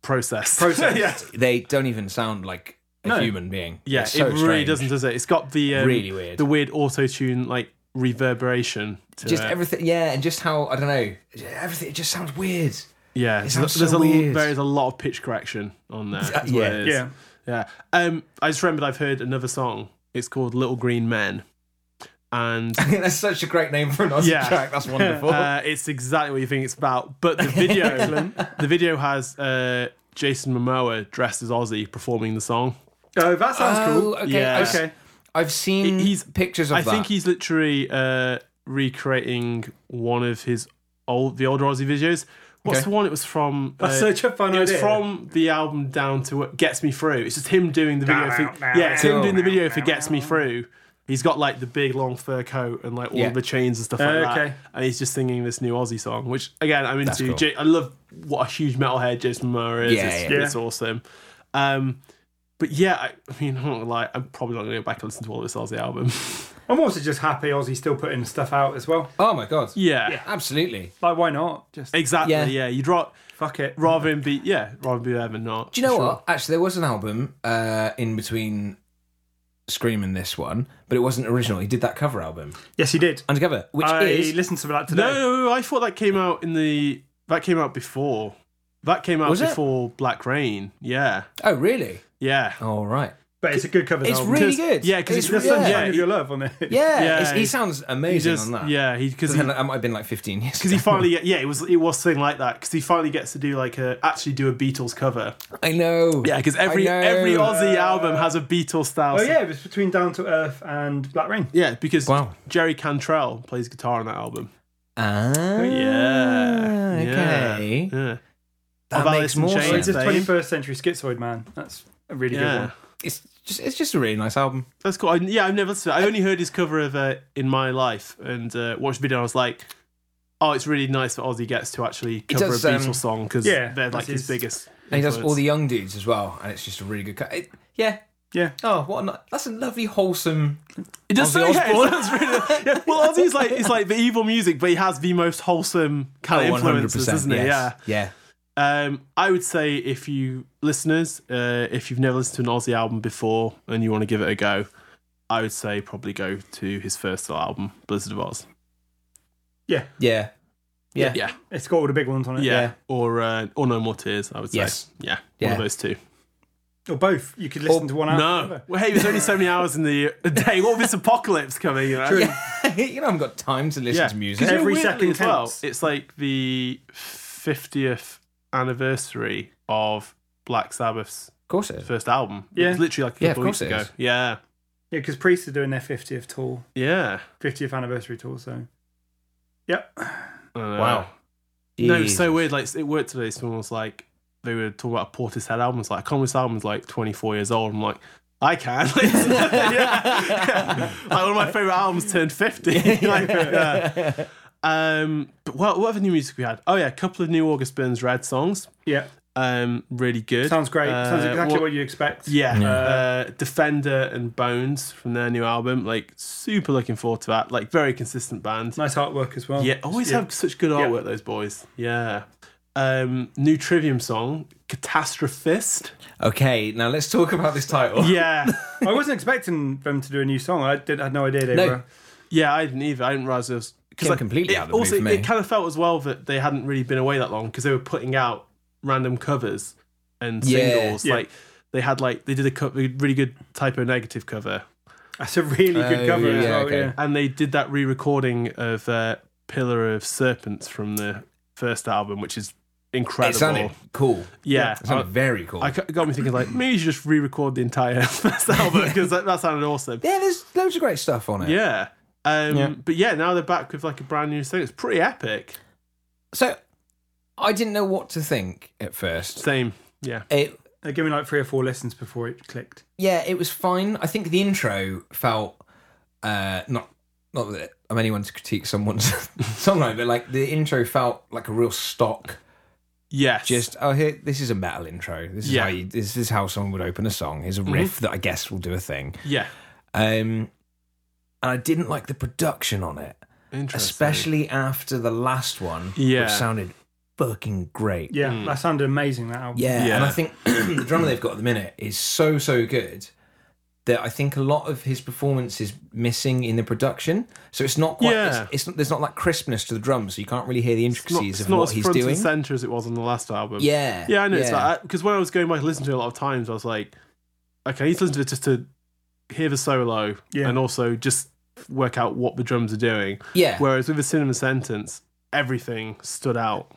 Speaker 5: process.
Speaker 1: processed.
Speaker 5: yeah.
Speaker 4: They don't even sound like a
Speaker 1: No.
Speaker 4: human being.
Speaker 5: Yeah,
Speaker 4: It's so
Speaker 5: it really
Speaker 4: strange.
Speaker 5: doesn't, does it? It's got the um,
Speaker 4: Really weird.
Speaker 5: the weird auto tune like reverberation. To
Speaker 4: Just
Speaker 5: it.
Speaker 4: everything, yeah, and just how I don't know, everything. It just sounds weird.
Speaker 5: Yeah,
Speaker 4: sounds
Speaker 5: there's
Speaker 4: so
Speaker 5: a
Speaker 4: weird.
Speaker 5: there is a lot of pitch correction on there. That's
Speaker 4: yeah.
Speaker 5: what it is.
Speaker 1: Yeah.
Speaker 5: yeah. Um, I just remembered I've heard another song. It's called Little Green Men, and
Speaker 4: that's such a great name for an Aussie
Speaker 5: Yeah.
Speaker 4: track. That's wonderful.
Speaker 5: Uh, it's exactly what you think it's about. But the video, the video has uh, Jason Momoa dressed as Ozzy performing the song.
Speaker 1: Oh, that sounds
Speaker 4: Oh,
Speaker 1: cool.
Speaker 4: okay.
Speaker 5: yeah.
Speaker 4: I've,
Speaker 1: Okay,
Speaker 4: I've seen
Speaker 5: He's-
Speaker 4: pictures of
Speaker 5: I
Speaker 4: that.
Speaker 5: think he's literally uh, recreating one of his old, the older Ozzy videos. What's
Speaker 4: Okay.
Speaker 5: the one? It was from. Uh,
Speaker 1: That's such a fun
Speaker 5: It was
Speaker 1: idea.
Speaker 5: from the album down to what gets me through. It's just him doing the video. For, yeah, it's him doing the video for gets me through. He's got like the big long fur coat and like all
Speaker 4: Yeah.
Speaker 5: the chains and stuff like
Speaker 1: Uh,
Speaker 5: that.
Speaker 1: okay.
Speaker 5: And he's just singing this new Aussie song, which again I'm into.
Speaker 4: cool.
Speaker 5: J- I love what a huge metalhead Jason Momoa is.
Speaker 4: Yeah,
Speaker 5: it's,
Speaker 4: yeah.
Speaker 5: it's awesome. Um, but yeah, I, I mean, I'm not gonna lie, I'm probably not going to go back and listen to all this Aussie album.
Speaker 1: I'm also just happy Ozzy's still putting stuff out as well.
Speaker 4: Oh my god.
Speaker 5: Yeah,
Speaker 4: Absolutely.
Speaker 1: Like, why not? Just
Speaker 5: exactly.
Speaker 4: Yeah.
Speaker 5: Yeah, you'd ra-
Speaker 1: fuck it.
Speaker 5: rather than be yeah, rather than be there than not.
Speaker 4: Do you know what? Actually, there was an album uh, in between Scream and this one, but it wasn't original. He did that cover album,
Speaker 1: Yes, he did.
Speaker 4: Undercover, which
Speaker 1: I
Speaker 4: is
Speaker 1: listened to that today.
Speaker 5: No, no, no, I thought that came out in the that came out before. That came out
Speaker 4: Was it?
Speaker 5: before Black Rain. Yeah,
Speaker 4: oh really?
Speaker 5: yeah,
Speaker 4: All right.
Speaker 1: But it's a good cover.
Speaker 4: It's
Speaker 1: album.
Speaker 4: really
Speaker 1: Just-
Speaker 4: good.
Speaker 5: yeah, 'cause
Speaker 1: The
Speaker 5: it's-
Speaker 1: sunshine
Speaker 5: yeah.
Speaker 1: of your love on it.
Speaker 4: Yeah,
Speaker 5: Yeah,
Speaker 4: it's- he
Speaker 5: he's-
Speaker 4: sounds
Speaker 5: he
Speaker 4: amazing
Speaker 5: just
Speaker 4: on that.
Speaker 5: yeah, he because
Speaker 4: But
Speaker 5: he,
Speaker 4: then that might have been like 15 years.
Speaker 5: cause he finally yeah it was it was something like that because he finally gets to do like a actually do a Beatles cover.
Speaker 4: I know.
Speaker 5: Yeah, because every
Speaker 4: I know.
Speaker 5: every Aussie album has a Beatles style.
Speaker 1: Oh yeah, it was between Down to Earth and Black Rain.
Speaker 5: Yeah, because
Speaker 4: Wow.
Speaker 5: Jerry Cantrell plays guitar on that album.
Speaker 4: Ah,
Speaker 5: Oh, Yeah.
Speaker 4: Okay.
Speaker 5: Yeah. yeah.
Speaker 4: That
Speaker 5: I've
Speaker 4: makes
Speaker 5: Alice in
Speaker 4: more
Speaker 5: Chains.
Speaker 1: Well,
Speaker 4: sense.
Speaker 1: It's a
Speaker 5: Dave.
Speaker 1: 21st century schizoid man. That's a really good one.
Speaker 4: It's just it's just a really nice album.
Speaker 5: That's cool. I, yeah, I've never listened to it. I only heard his cover of uh, In My Life and uh, watched the video. And I was like, oh, it's really nice that Ozzy gets to actually cover
Speaker 4: does,
Speaker 5: a
Speaker 4: um,
Speaker 5: Beatles song because
Speaker 1: yeah,
Speaker 5: they're like
Speaker 1: that's
Speaker 5: his,
Speaker 1: his-
Speaker 5: biggest.
Speaker 4: And he does all
Speaker 5: influence.
Speaker 4: the young dudes as well, and it's just a really good. Co- it, yeah.
Speaker 1: Yeah.
Speaker 4: Oh, what a ni- that's a lovely wholesome.
Speaker 5: It
Speaker 4: Ozzy
Speaker 5: does so, yeah,
Speaker 4: Osbourne.
Speaker 5: it sounds really, yeah. Well, Ozzy's like it's like the evil music, but he has the most wholesome kind
Speaker 4: Oh,
Speaker 5: of influences, doesn't he? Yeah.
Speaker 4: Yeah.
Speaker 5: Um, I would say if you listeners, uh, if you've never listened to an Aussie album before and you want to give it a go, I would say probably go to his first album, Blizzard of Oz.
Speaker 1: Yeah,
Speaker 4: Yeah. Yeah.
Speaker 5: Yeah,
Speaker 1: it's got all the big ones on it.
Speaker 5: yeah, or uh, or No More Tears. I would say,
Speaker 4: Yes.
Speaker 5: yeah,
Speaker 4: Yeah.
Speaker 5: one of those two.
Speaker 1: Or both. You could listen
Speaker 4: Or-
Speaker 1: to one after the
Speaker 5: No,
Speaker 1: other.
Speaker 5: well, hey, there's only so many hours in the a day. What if this apocalypse coming? You know?
Speaker 4: you know, I haven't got time to listen
Speaker 5: Yeah,
Speaker 4: to music.
Speaker 5: 'Cause you know,
Speaker 1: Every
Speaker 5: weirdly
Speaker 1: second
Speaker 5: as well.
Speaker 1: counts.
Speaker 5: It's like the fiftieth anniversary of Black Sabbath's
Speaker 4: Of course it is.
Speaker 5: first album.
Speaker 1: Yeah.
Speaker 5: it was literally like a
Speaker 4: Yeah, of
Speaker 5: couple
Speaker 4: course
Speaker 5: weeks
Speaker 4: it
Speaker 5: ago.
Speaker 4: is.
Speaker 5: Yeah,
Speaker 1: Yeah, because Priest are doing their 50th tour,
Speaker 5: yeah.
Speaker 1: 50th anniversary tour. So, yep.
Speaker 5: I don't know.
Speaker 4: Wow.
Speaker 5: No, it's so weird. Like it worked today. Someone was like, they were talking about a Portishead album. It's like, I can't believe this album's like 24 years old. I'm like, I can. Yeah. Like one of my favorite albums turned 50. Like, yeah. Um, but what, what other new music we had? Oh yeah, a couple of new August Burns Red songs.
Speaker 1: Yeah.
Speaker 5: Um, really good.
Speaker 1: Sounds great. Sounds
Speaker 5: Uh,
Speaker 1: exactly
Speaker 5: what-
Speaker 1: what you expect.
Speaker 5: yeah, uh, Defender and Bones from their new album. Like, super looking forward to that. Like, very consistent band.
Speaker 1: Nice artwork as well.
Speaker 5: Yeah, oh, always have such good artwork, those boys. Yeah. Um, new Trivium song, Catastrophist.
Speaker 4: Okay, now let's talk about this title.
Speaker 5: Yeah.
Speaker 1: I wasn't expecting them to do a new song. I did, had no idea they
Speaker 4: No.
Speaker 1: were.
Speaker 5: yeah, I didn't either. I didn't realize it was.
Speaker 4: Came completely out of the blue
Speaker 5: Also,
Speaker 4: for me.
Speaker 5: it kind of felt as well that they hadn't really been away that long because they were putting out random covers and
Speaker 4: Yeah.
Speaker 5: singles.
Speaker 1: Yeah.
Speaker 5: Like, they had, like, they did a, co- a really good typo negative cover
Speaker 1: That's a really
Speaker 4: Oh,
Speaker 1: good cover as
Speaker 4: yeah,
Speaker 1: well.
Speaker 4: okay.
Speaker 1: Yeah.
Speaker 5: and they did that re recording of uh, Pillar of Serpents from the first album, which is
Speaker 4: it
Speaker 5: incredible.
Speaker 4: sounded cool.
Speaker 5: yeah.
Speaker 4: It sounded very cool.
Speaker 5: I ca- it got me thinking like maybe you should just re-record the entire first album because that, that sounded awesome.
Speaker 4: yeah, there's loads of great stuff on it.
Speaker 5: Yeah. Um,
Speaker 4: Yeah.
Speaker 5: But yeah, now they're back with like a brand new thing. It's pretty epic.
Speaker 4: So I didn't know what to think at first.
Speaker 5: Same. Yeah.
Speaker 4: It
Speaker 1: They gave me like three or four listens before it clicked.
Speaker 4: yeah, it was fine. I think the intro felt uh not not that I'm anyone to critique someone's songline, but like the intro felt like a real stock
Speaker 5: Yes.
Speaker 4: just oh here this is a metal intro. This is
Speaker 5: Yeah. Mm-hmm.
Speaker 4: how you, this is how someone would open a song. Here's a riff that I guess will do a thing.
Speaker 5: yeah.
Speaker 4: Um and I didn't like the production on it.
Speaker 5: Interesting.
Speaker 4: especially after the last one,
Speaker 5: Yeah.
Speaker 4: which sounded fucking great.
Speaker 1: Yeah,
Speaker 5: Mm.
Speaker 1: that sounded amazing, that album.
Speaker 4: yeah.
Speaker 5: Yeah.
Speaker 4: And I think the drummer they've got at the minute is so so good that I think a lot of his performance is missing in the production. So it's not quite.
Speaker 5: Yeah.
Speaker 4: It's, it's not, there's not that crispness to the drums, so you can't really hear the
Speaker 5: It's not,
Speaker 4: intricacies
Speaker 5: it's
Speaker 4: of
Speaker 5: not
Speaker 4: what
Speaker 5: as
Speaker 4: he's
Speaker 5: front
Speaker 4: doing.
Speaker 5: and center as it was on the last album.
Speaker 4: Yeah.
Speaker 5: Yeah, I noticed that because when I was going back and listening to it a lot of times, I was like, okay, I need to listen to it just to hear the solo
Speaker 1: Yeah.
Speaker 5: and also just work out what the drums are doing.
Speaker 4: Yeah.
Speaker 5: Whereas with the cinema sentence, everything stood out.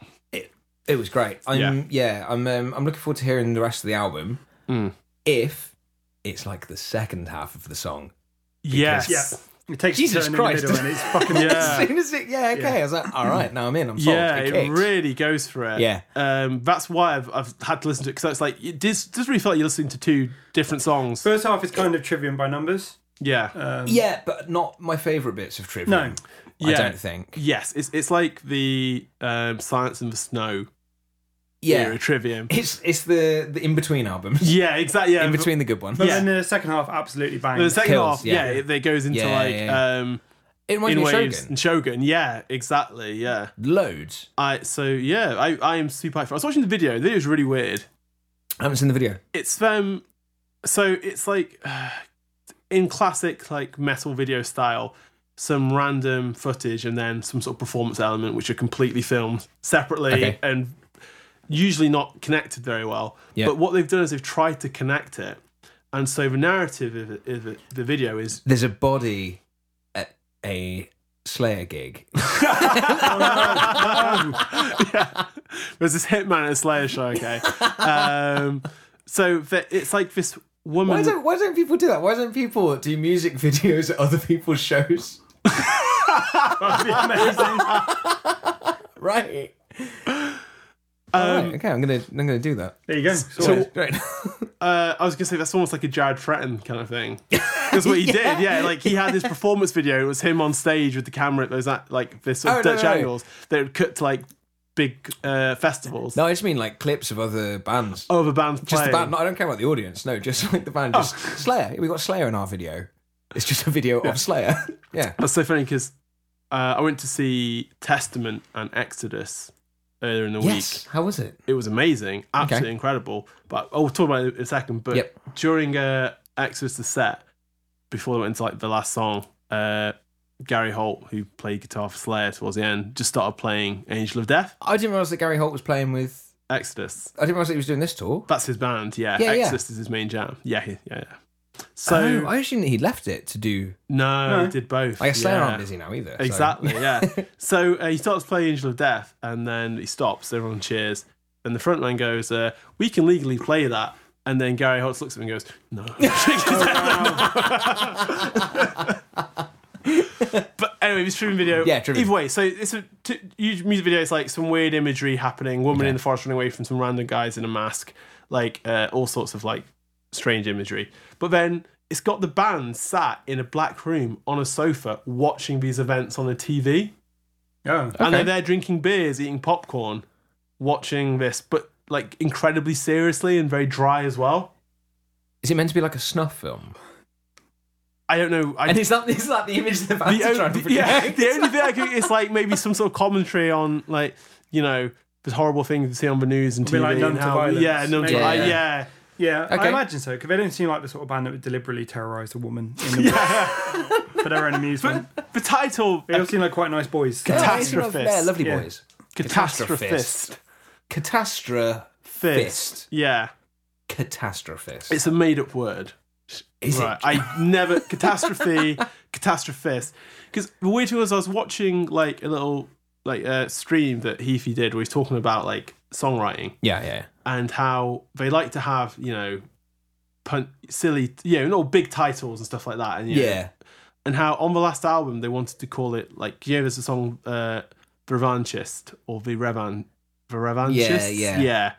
Speaker 4: It was great. I'm yeah, I'm um, I'm looking forward to hearing the rest of the album.
Speaker 5: Mm.
Speaker 4: If it's like the second half of the song.
Speaker 5: Yes.
Speaker 1: Yeah. It takes
Speaker 4: Jesus
Speaker 1: a turn
Speaker 4: Christ.
Speaker 1: in the middle and it's fucking
Speaker 5: Yeah.
Speaker 4: As soon as it, yeah, okay. I was like, all right, now I'm in. I'm sold.
Speaker 5: Yeah,
Speaker 4: I
Speaker 5: it
Speaker 4: kicked.
Speaker 5: really goes for it.
Speaker 4: Yeah.
Speaker 5: um, that's why I've, I've had to listen to it because it's like it does, does really feel like you're listening to two different songs.
Speaker 1: First half is kind of Trivium by numbers.
Speaker 5: Yeah,
Speaker 4: Yeah, but not my favourite bits of trivia.
Speaker 1: No.
Speaker 4: uh, I
Speaker 5: Yeah.
Speaker 4: don't think.
Speaker 5: yes, it's it's like the um, Silence in the Snow
Speaker 4: Yeah.
Speaker 5: era Trivium.
Speaker 4: It's it's the, the in between albums.
Speaker 5: Yeah, exactly. Yeah,
Speaker 4: In between the good ones.
Speaker 1: But then the second half absolutely
Speaker 5: the
Speaker 1: bangs.
Speaker 5: second
Speaker 4: Kills,
Speaker 5: half,
Speaker 4: yeah.
Speaker 5: yeah, it, it goes into
Speaker 4: Yeah, yeah,
Speaker 5: like
Speaker 4: yeah.
Speaker 5: um,
Speaker 4: It reminds
Speaker 5: in
Speaker 4: me of
Speaker 5: waves
Speaker 4: Shogun.
Speaker 5: and Shogun. Yeah, exactly. Yeah,
Speaker 4: Loads.
Speaker 5: I so yeah, I, I am super hyped. for- I was watching the video. The video is really weird.
Speaker 4: I haven't seen the video.
Speaker 5: It's um, so it's like in classic like metal video style, some random footage and then some sort of performance element which are completely filmed separately
Speaker 4: Okay.
Speaker 5: and usually not connected very well.
Speaker 4: Yeah.
Speaker 5: But what they've done is they've tried to connect it, and so the narrative of, it, of it, the video is
Speaker 4: There's a body at a Slayer gig.
Speaker 5: There's this hitman at a Slayer show, okay? um, so the, it's like this woman.
Speaker 4: Why don't, why don't people do that? Why don't people do music videos at other people's shows? Right.
Speaker 5: um,
Speaker 4: Right, okay, I'm gonna I'm gonna do that.
Speaker 1: There you go.
Speaker 5: So-
Speaker 4: Right.
Speaker 5: uh, I was gonna say that's almost like a Jared Fretton kind of thing. That's what he did, yeah. Like he had this performance video. It was him on stage with the camera at those that like this sort
Speaker 4: Oh,
Speaker 5: of
Speaker 4: no,
Speaker 5: Dutch
Speaker 4: no, no.
Speaker 5: angles that would cut to like big uh, festivals.
Speaker 4: no, I just mean like clips of other bands.
Speaker 5: Other bands
Speaker 4: just
Speaker 5: playing.
Speaker 4: the band. No, I don't care about the audience. No, just like the band. Just Slayer. We got Slayer in our video. It's just a video of Slayer. Oh. yeah.
Speaker 5: That's so funny because uh, I went to see Testament and Exodus earlier in the week.
Speaker 4: Yes. How was it?
Speaker 5: it was amazing, absolutely incredible. But I'll talk about it in a second. But
Speaker 4: Yep.
Speaker 5: during uh, Exodus the set, before they went into like the last song, uh, Gary Holt, who played guitar for Slayer towards the end, just started playing Angel of Death,
Speaker 4: I didn't realize that Gary Holt was playing with.
Speaker 5: Exodus.
Speaker 4: I didn't realize that he was doing this tour.
Speaker 5: That's his band, yeah.
Speaker 4: Yeah, yeah.
Speaker 5: Exodus is his main jam. Yeah, he- yeah, yeah. So
Speaker 4: oh, I assumed that he left it to do.
Speaker 5: no, he did both.
Speaker 4: I guess Slayer
Speaker 5: yeah.
Speaker 4: aren't busy now either. so-
Speaker 5: Exactly, yeah. so uh, he starts playing Angel of Death, and then he stops. Everyone cheers, and the front line goes, uh, "We can legally play that." And then Gary Holtz looks at him and goes, "No." but anyway, this Trivium video.
Speaker 4: Yeah, Trivium.
Speaker 5: Either way, so it's a t- huge music video. It's like some weird imagery happening. Woman in the forest running away from some random guys in a mask. Like uh, all sorts of like strange imagery. But then it's got the band sat in a black room on a sofa watching these events on the TV.
Speaker 1: Oh.
Speaker 5: And they're
Speaker 4: Okay.
Speaker 5: there drinking beers, eating popcorn, watching this, but like incredibly seriously and very dry as well.
Speaker 4: Is it meant to be like a snuff film?
Speaker 5: I don't know. I,
Speaker 4: And is that is that the image the fans
Speaker 5: the
Speaker 4: are
Speaker 5: only,
Speaker 4: trying to
Speaker 5: the- yeah,
Speaker 4: project?
Speaker 5: the only thing I could is like maybe some sort of commentary on like you know this horrible thing you see on the news and
Speaker 1: Be
Speaker 5: TV.
Speaker 1: like Numb
Speaker 5: and
Speaker 1: to
Speaker 5: how,
Speaker 1: Violence.
Speaker 5: Yeah, numb
Speaker 1: Maybe.
Speaker 5: to I,
Speaker 4: Yeah.
Speaker 5: yeah.
Speaker 1: Yeah, I
Speaker 4: Okay.
Speaker 1: imagine so, because they don't seem like the sort of band that would deliberately terrorise a woman in the for their own amusement.
Speaker 5: The title
Speaker 1: They all seem like quite nice boys.
Speaker 5: Catastrophist.
Speaker 4: Yeah, lovely
Speaker 1: Yeah.
Speaker 4: boys.
Speaker 5: Catastrophist.
Speaker 4: Catastrophist.
Speaker 5: Fist. Yeah,
Speaker 4: Catastrophist.
Speaker 5: it's a made-up word.
Speaker 4: is
Speaker 5: Right.
Speaker 4: it?
Speaker 5: I never catastrophe, catastrophist. Because the weird thing was, I was watching like a little like uh, stream that Heafy did, where he's talking about like songwriting
Speaker 4: Yeah, yeah.
Speaker 5: and how they like to have you know, pun- silly, you know, little big titles and stuff like that. And you know,
Speaker 4: Yeah.
Speaker 5: and how on the last album they wanted to call it like you know there's a song uh the Revanchist or the Revan the Revanchist
Speaker 4: Yeah, yeah.
Speaker 5: yeah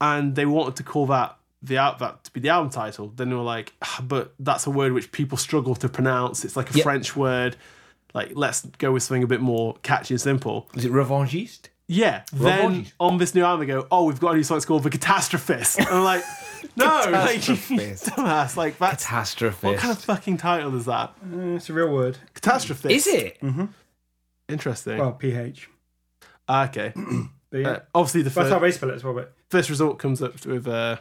Speaker 5: and they wanted to call that the out that to be the album title then they were like "Ah, but that's a word which people struggle to pronounce it's like a
Speaker 4: Yep.
Speaker 5: French word like let's go with something a bit more catchy and simple
Speaker 4: Is it Revanchiste?
Speaker 5: yeah then
Speaker 4: Revanchist.
Speaker 5: on this new album they go oh we've got a new song it's called the Catastrophist and I'm like no like
Speaker 4: Catastrophist.
Speaker 5: dumbass like that's
Speaker 4: Catastrophist.
Speaker 5: what kind of fucking title is that
Speaker 1: Mm, it's a real word.
Speaker 5: Catastrophist
Speaker 4: is it?
Speaker 5: Mm-hmm. Interesting.
Speaker 1: Well, PH.
Speaker 5: Ah, okay.
Speaker 1: But yeah.
Speaker 5: Uh, obviously, the
Speaker 1: That's how
Speaker 5: first,
Speaker 1: they spell it as well, but
Speaker 5: first result comes up with uh,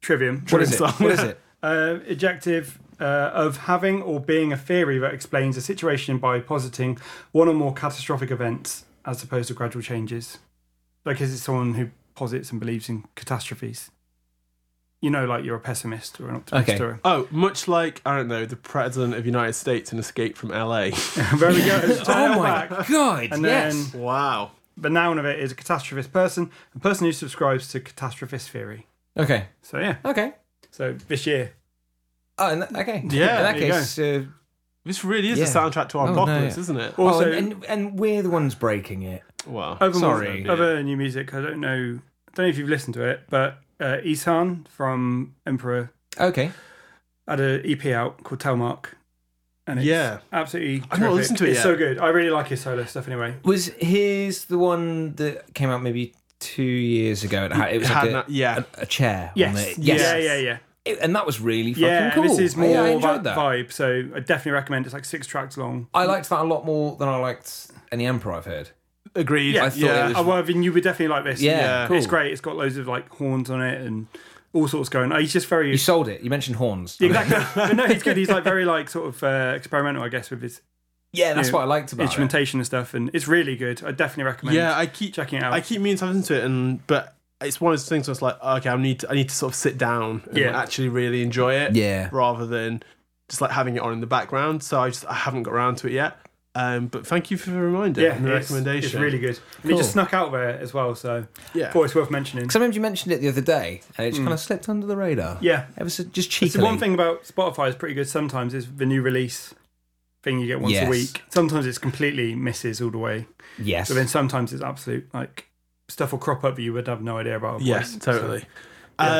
Speaker 1: Trivium.
Speaker 4: What is it?
Speaker 5: song.
Speaker 4: What is it?
Speaker 1: Uh, adjective uh, of having or being a theory that explains a situation by positing one or more catastrophic events as opposed to gradual changes. Like, is it someone who posits and believes in catastrophes? You know, like you're a pessimist or an optimist
Speaker 4: Okay.
Speaker 1: or a
Speaker 5: oh, much like I don't know the president of the United States in Escape from LA.
Speaker 1: There we go. Turn
Speaker 4: Oh
Speaker 1: it
Speaker 4: my
Speaker 1: back.
Speaker 4: god!
Speaker 1: And
Speaker 4: yes.
Speaker 1: then
Speaker 5: wow.
Speaker 1: the noun of it is a catastrophist person, a person who subscribes to catastrophist theory.
Speaker 4: okay.
Speaker 1: So yeah.
Speaker 4: Okay.
Speaker 1: So this year.
Speaker 4: Oh, in that, okay.
Speaker 5: Yeah,
Speaker 4: In that
Speaker 1: there you
Speaker 4: case, uh,
Speaker 5: This really is
Speaker 4: Yeah.
Speaker 5: the soundtrack to our
Speaker 4: Oh, no,
Speaker 5: apocalypse,
Speaker 4: yeah.
Speaker 5: isn't it?
Speaker 4: well,
Speaker 1: Also,
Speaker 4: and, and and we're the ones breaking it.
Speaker 5: Wow.
Speaker 1: other,
Speaker 4: sorry.
Speaker 1: other new music. I don't know. I don't know if you've listened to it, but uh, Isan from Emperor
Speaker 4: Okay.
Speaker 1: had an EP out called Telmark. And it's
Speaker 5: Yeah.
Speaker 1: absolutely.
Speaker 5: I've not
Speaker 1: terrific.
Speaker 5: listened to it
Speaker 1: It's
Speaker 5: yet.
Speaker 1: so good. I really like his solo stuff anyway.
Speaker 4: Was his the one that came out maybe two years ago. It had, it was
Speaker 5: It
Speaker 4: like
Speaker 5: had
Speaker 4: a,
Speaker 5: that- yeah.
Speaker 4: a, a chair.
Speaker 1: Yes.
Speaker 4: On it.
Speaker 1: Yeah, yeah, yeah.
Speaker 4: It- and that was really fucking
Speaker 1: Yeah,
Speaker 4: cool. Oh,
Speaker 1: this is more
Speaker 4: Yeah, I
Speaker 1: that,
Speaker 4: enjoyed that.
Speaker 1: vibe, so I definitely recommend. It's like six tracks long.
Speaker 4: I liked that a lot more than I liked any Emperor I've heard.
Speaker 5: Agreed.
Speaker 1: Yeah,
Speaker 4: I
Speaker 5: Yeah,
Speaker 4: thought
Speaker 5: yeah.
Speaker 4: it
Speaker 1: Oh, well, I mean, you would definitely like this.
Speaker 4: Yeah, cool.
Speaker 1: it's great. It's got loads of like horns on it and all sorts going. on. He's just very
Speaker 4: You sold it. You mentioned horns.
Speaker 1: exactly. but no, he's good. He's like very like sort of uh, experimental, I guess, with his
Speaker 4: yeah, that's
Speaker 1: Yeah.
Speaker 4: what I liked about it.
Speaker 1: instrumentation and stuff, and it's really good. I definitely recommend.
Speaker 5: I keep
Speaker 1: checking it out.
Speaker 5: I keep meaning to listen to it, and but it's one of those things where it's like, okay, I need to, I need to sort of sit down and
Speaker 1: Yeah.
Speaker 5: actually really enjoy it,
Speaker 4: Yeah.
Speaker 5: rather than just like having it on in the background. So I just I haven't got around to it yet. Um, but thank you for the reminder
Speaker 1: yeah,
Speaker 5: and the
Speaker 1: it's,
Speaker 5: recommendation.
Speaker 1: it's really good. And it
Speaker 4: Cool.
Speaker 1: just snuck out there as well, so
Speaker 5: Yeah.
Speaker 1: thought it's worth mentioning.
Speaker 4: Sometimes you mentioned it the other day, and it
Speaker 5: Hmm.
Speaker 4: just kind of slipped under the radar.
Speaker 1: Yeah.
Speaker 4: ever so
Speaker 1: It's
Speaker 4: just cheekily.
Speaker 1: the one thing about Spotify is pretty good sometimes is the new release thing you get once
Speaker 4: Yes.
Speaker 1: a week. Sometimes it's completely misses all the way,
Speaker 4: Yes.
Speaker 1: but then sometimes it's absolute like stuff will crop up that you would have no idea about.
Speaker 5: Yes,
Speaker 1: otherwise.
Speaker 5: totally.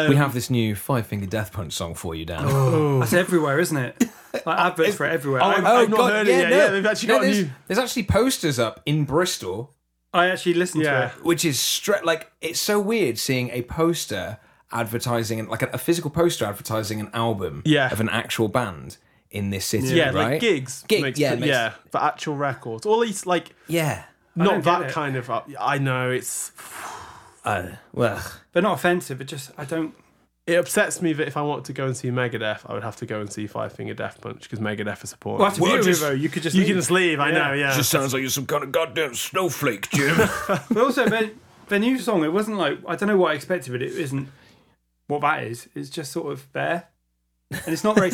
Speaker 4: we have this new Five Finger Death Punch song for you, Dan.
Speaker 1: That's everywhere, isn't it? Like adverts for it everywhere.
Speaker 5: I'm-
Speaker 1: I,
Speaker 5: Oh,
Speaker 4: Oh,
Speaker 5: I've not heard it yet. Oh, Yeah, they've actually got a
Speaker 4: there's,
Speaker 5: new-
Speaker 4: there's actually posters up in Bristol,
Speaker 1: I actually listened
Speaker 5: Yeah.
Speaker 1: to it.
Speaker 4: which is stra- like it's so weird seeing a poster advertising like a, a physical poster advertising an album
Speaker 5: Yeah.
Speaker 4: of an actual band in this city.
Speaker 5: yeah,
Speaker 4: right?
Speaker 5: like gigs.
Speaker 4: Gig-
Speaker 5: makes-
Speaker 4: yeah, makes-
Speaker 5: yeah, for actual records, or at least like
Speaker 4: yeah.
Speaker 5: not
Speaker 1: don't get
Speaker 5: that
Speaker 1: it.
Speaker 5: kind of. I know it's
Speaker 4: Uh, well,
Speaker 1: They're not offensive, but just I don't.
Speaker 5: it upsets me that if I want to go and see Megadeth, I would have to go and see Five Finger Death Punch because Megadeth is supporting.
Speaker 1: Well, that's
Speaker 4: Well,
Speaker 1: beautiful.
Speaker 4: just-
Speaker 1: though. You could just
Speaker 5: you
Speaker 1: leave.
Speaker 5: can just leave. I
Speaker 1: Yeah.
Speaker 5: know. Yeah.
Speaker 4: just sounds like you're some kind of goddamn snowflake, Jim.
Speaker 1: But also, their, their new song, it wasn't like, I don't know what I expected, but it isn't what that is. It's just sort of there. And it's not very,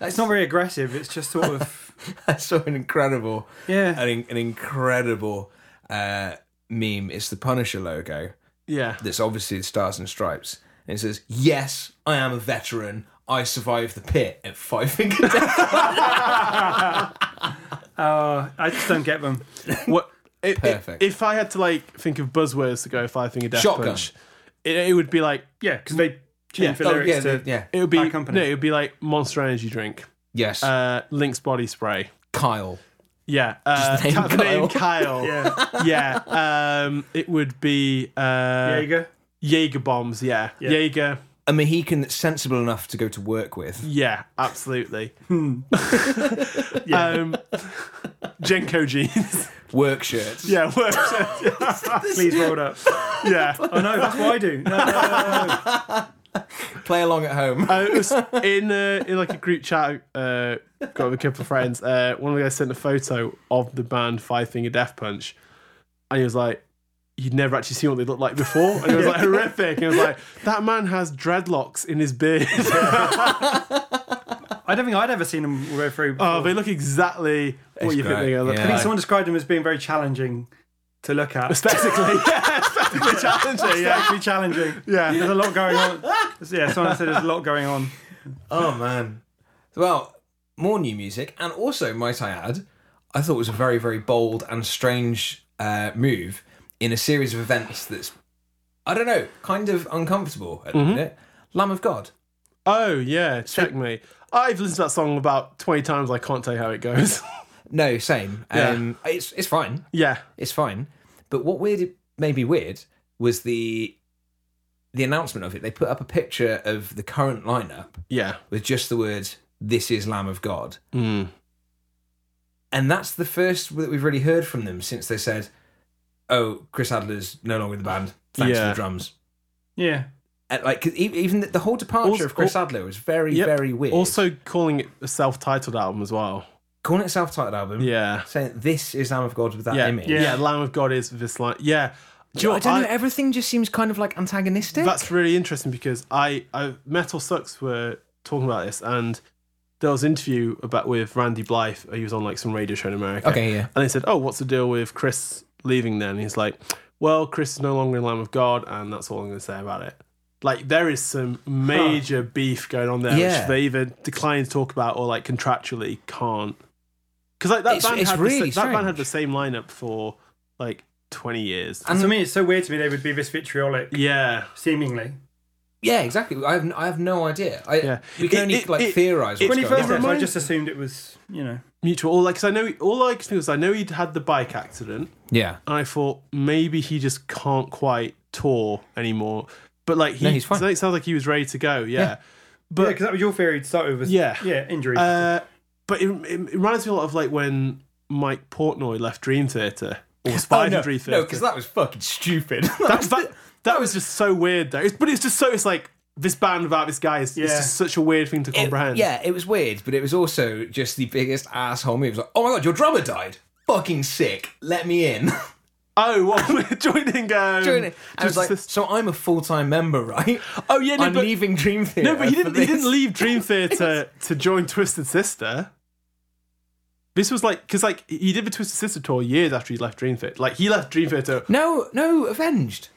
Speaker 1: it's not very aggressive. It's just sort of,
Speaker 4: I saw an incredible,
Speaker 1: Yeah.
Speaker 4: an, in- an incredible uh, meme. It's the Punisher logo
Speaker 5: yeah.
Speaker 4: that's obviously the stars and stripes, and it says, "Yes, I am a veteran. I survived the pit at Five Finger Death."
Speaker 1: uh, I just don't get them.
Speaker 5: What? If,
Speaker 4: Perfect.
Speaker 5: If I had to like think of buzzwords to go Five Finger Death
Speaker 4: Shotgun.
Speaker 5: Punch, it, it would be like
Speaker 1: Yeah, because they changed
Speaker 5: Yeah.
Speaker 1: the
Speaker 4: Oh,
Speaker 1: lyrics
Speaker 4: yeah,
Speaker 1: to,
Speaker 4: they- yeah.
Speaker 5: it would be
Speaker 1: Bad company.
Speaker 5: no, it would be like Monster Energy Drink,
Speaker 4: Yes,
Speaker 5: uh, Lynx Body Spray.
Speaker 4: Kyle.
Speaker 5: Yeah, uh,
Speaker 4: name
Speaker 5: Captain
Speaker 4: Kyle.
Speaker 5: Name Kyle.
Speaker 1: yeah,
Speaker 5: yeah, um, it would be uh,
Speaker 1: there you go.
Speaker 5: Jaeger bombs. Yeah, Jaeger.
Speaker 4: A Mohican that's sensible enough to go to work with.
Speaker 5: Yeah, absolutely. um, Jenko jeans.
Speaker 4: Work shirts.
Speaker 5: yeah, work.
Speaker 1: Please rolled up.
Speaker 5: yeah.
Speaker 1: Oh no, that's what I do. No, no, no, no.
Speaker 4: Play along at home.
Speaker 5: Uh, it was in uh, in like a group chat. Uh, got with a couple of friends. Uh, one of the guys sent a photo of the band Five Finger Death Punch, and he was like, "You'd never actually seen what they looked like before." And it was like horrific. And it was like, "That man has dreadlocks in his beard.
Speaker 1: I don't think I'd ever seen them all go through.
Speaker 5: oh,
Speaker 1: before.
Speaker 5: they look exactly what you
Speaker 4: great,
Speaker 5: think they're going to look
Speaker 4: yeah.
Speaker 1: I think
Speaker 5: like."
Speaker 1: someone described them as being very challenging to look at.
Speaker 5: Aesthetically, yeah, aesthetically challenging. Yeah,
Speaker 1: Actually challenging.
Speaker 5: yeah.
Speaker 1: There's a lot going on. Yeah, someone said there's a lot going on.
Speaker 4: Oh man. Well, more new music, and also might I add, I thought it was a very, very bold and strange uh, move in a series of events that's, I don't know, kind of uncomfortable at the minute. Lamb of God.
Speaker 5: Oh yeah, check me. I've listened to that song about twenty times. I can't tell you how it goes.
Speaker 4: No, same.
Speaker 5: Yeah.
Speaker 4: Um, it's it's fine.
Speaker 5: yeah,
Speaker 4: It's fine. But what weird, made me weird, was the the announcement of it. They put up a picture of the current lineup
Speaker 5: yeah, Mm.
Speaker 4: with just the words "This is Lamb of God," and that's the first that we've really heard from them since they said, "Oh, Chris Adler's no longer in the band. Thanks to
Speaker 5: Yeah.
Speaker 4: the drums."
Speaker 1: Yeah.
Speaker 4: And like 'cause e- even the, the whole departure
Speaker 5: Also-
Speaker 4: of Chris Adler was very,
Speaker 5: Yep.
Speaker 4: very weird.
Speaker 5: Also, calling it a self-titled album as well.
Speaker 4: calling it a self-titled album,
Speaker 5: Yeah,
Speaker 4: saying "This is Lamb of God" with that
Speaker 5: yeah,
Speaker 4: image.
Speaker 5: yeah. Lamb of God is this line. Yeah, do you know
Speaker 4: I
Speaker 5: what?
Speaker 4: don't know.
Speaker 5: I-
Speaker 4: Everything just seems kind of like antagonistic.
Speaker 5: That's really interesting because I, I Metal Sucks were talking about this, and there was an interview about with Randy Blythe. He was on like some radio show in America.
Speaker 4: Okay, yeah.
Speaker 5: And they said, "Oh, what's the deal with Chris leaving?" Then he's like, "Well, Chris is no longer in Lamb of God, and that's all I'm going to say about it." Like there is some major beef going on there,
Speaker 4: Yeah.
Speaker 5: which they either declined to talk about or like contractually can't. Because like that
Speaker 4: It's-
Speaker 5: band
Speaker 4: it's
Speaker 5: had
Speaker 4: really
Speaker 5: the, sa- that band had
Speaker 4: strange.
Speaker 5: the same lineup for like twenty years.
Speaker 1: And to me, it's so weird to me they would be this vitriolic,
Speaker 5: yeah,
Speaker 1: seemingly.
Speaker 4: Yeah, exactly. I have, n- I have no idea. I,
Speaker 5: Yeah.
Speaker 4: We can
Speaker 5: It-
Speaker 4: only
Speaker 5: it-
Speaker 4: like
Speaker 5: it-
Speaker 4: theorize. what's
Speaker 5: it- when
Speaker 1: When
Speaker 5: he
Speaker 1: he
Speaker 4: going
Speaker 1: first
Speaker 4: on.
Speaker 1: did it,
Speaker 5: It
Speaker 1: I
Speaker 5: reminds-
Speaker 1: just assumed it was, you know.
Speaker 5: mutual. All like, 'cause I know all I could think was I know he'd had the bike accident,
Speaker 4: Yeah.
Speaker 5: and I thought maybe he just can't quite tour anymore. But like, he,
Speaker 4: No, he's fine.
Speaker 5: so It sounds like he was ready to go. Yeah.
Speaker 1: But because that was your theory to start with. Was,
Speaker 5: Yeah.
Speaker 1: yeah, injuries.
Speaker 5: Uh, but it, it, it reminds me a lot of like when Mike Portnoy left Dream Theater or
Speaker 4: Oh,
Speaker 5: Spider
Speaker 4: no,
Speaker 5: Dream Theater.
Speaker 4: no, because that was fucking stupid.
Speaker 5: that, that, that was just so weird though. It's, but it's just so it's like this band without this guy is it's
Speaker 1: Yeah.
Speaker 5: just such a weird thing to
Speaker 4: It-
Speaker 5: comprehend.
Speaker 4: yeah, it was weird, but it was also just the biggest asshole move. It was like, oh my god, your drummer died. Fucking sick. Let me in.
Speaker 5: Oh, well, we're joining. Um,
Speaker 4: Doing it. And I was
Speaker 5: just
Speaker 4: like,
Speaker 5: this-
Speaker 4: so I'm a full time member, right?
Speaker 5: oh yeah, no,
Speaker 4: I'm
Speaker 5: but,
Speaker 4: leaving Dream Theater.
Speaker 5: No, but he
Speaker 4: for
Speaker 5: didn't. He
Speaker 4: this.
Speaker 5: didn't leave Dream Theater to join Twisted Sister. This was like because like he did the Twisted Sister tour years after he left Dream Theater. Like he left Dream Theater.
Speaker 4: No, no, Avenged.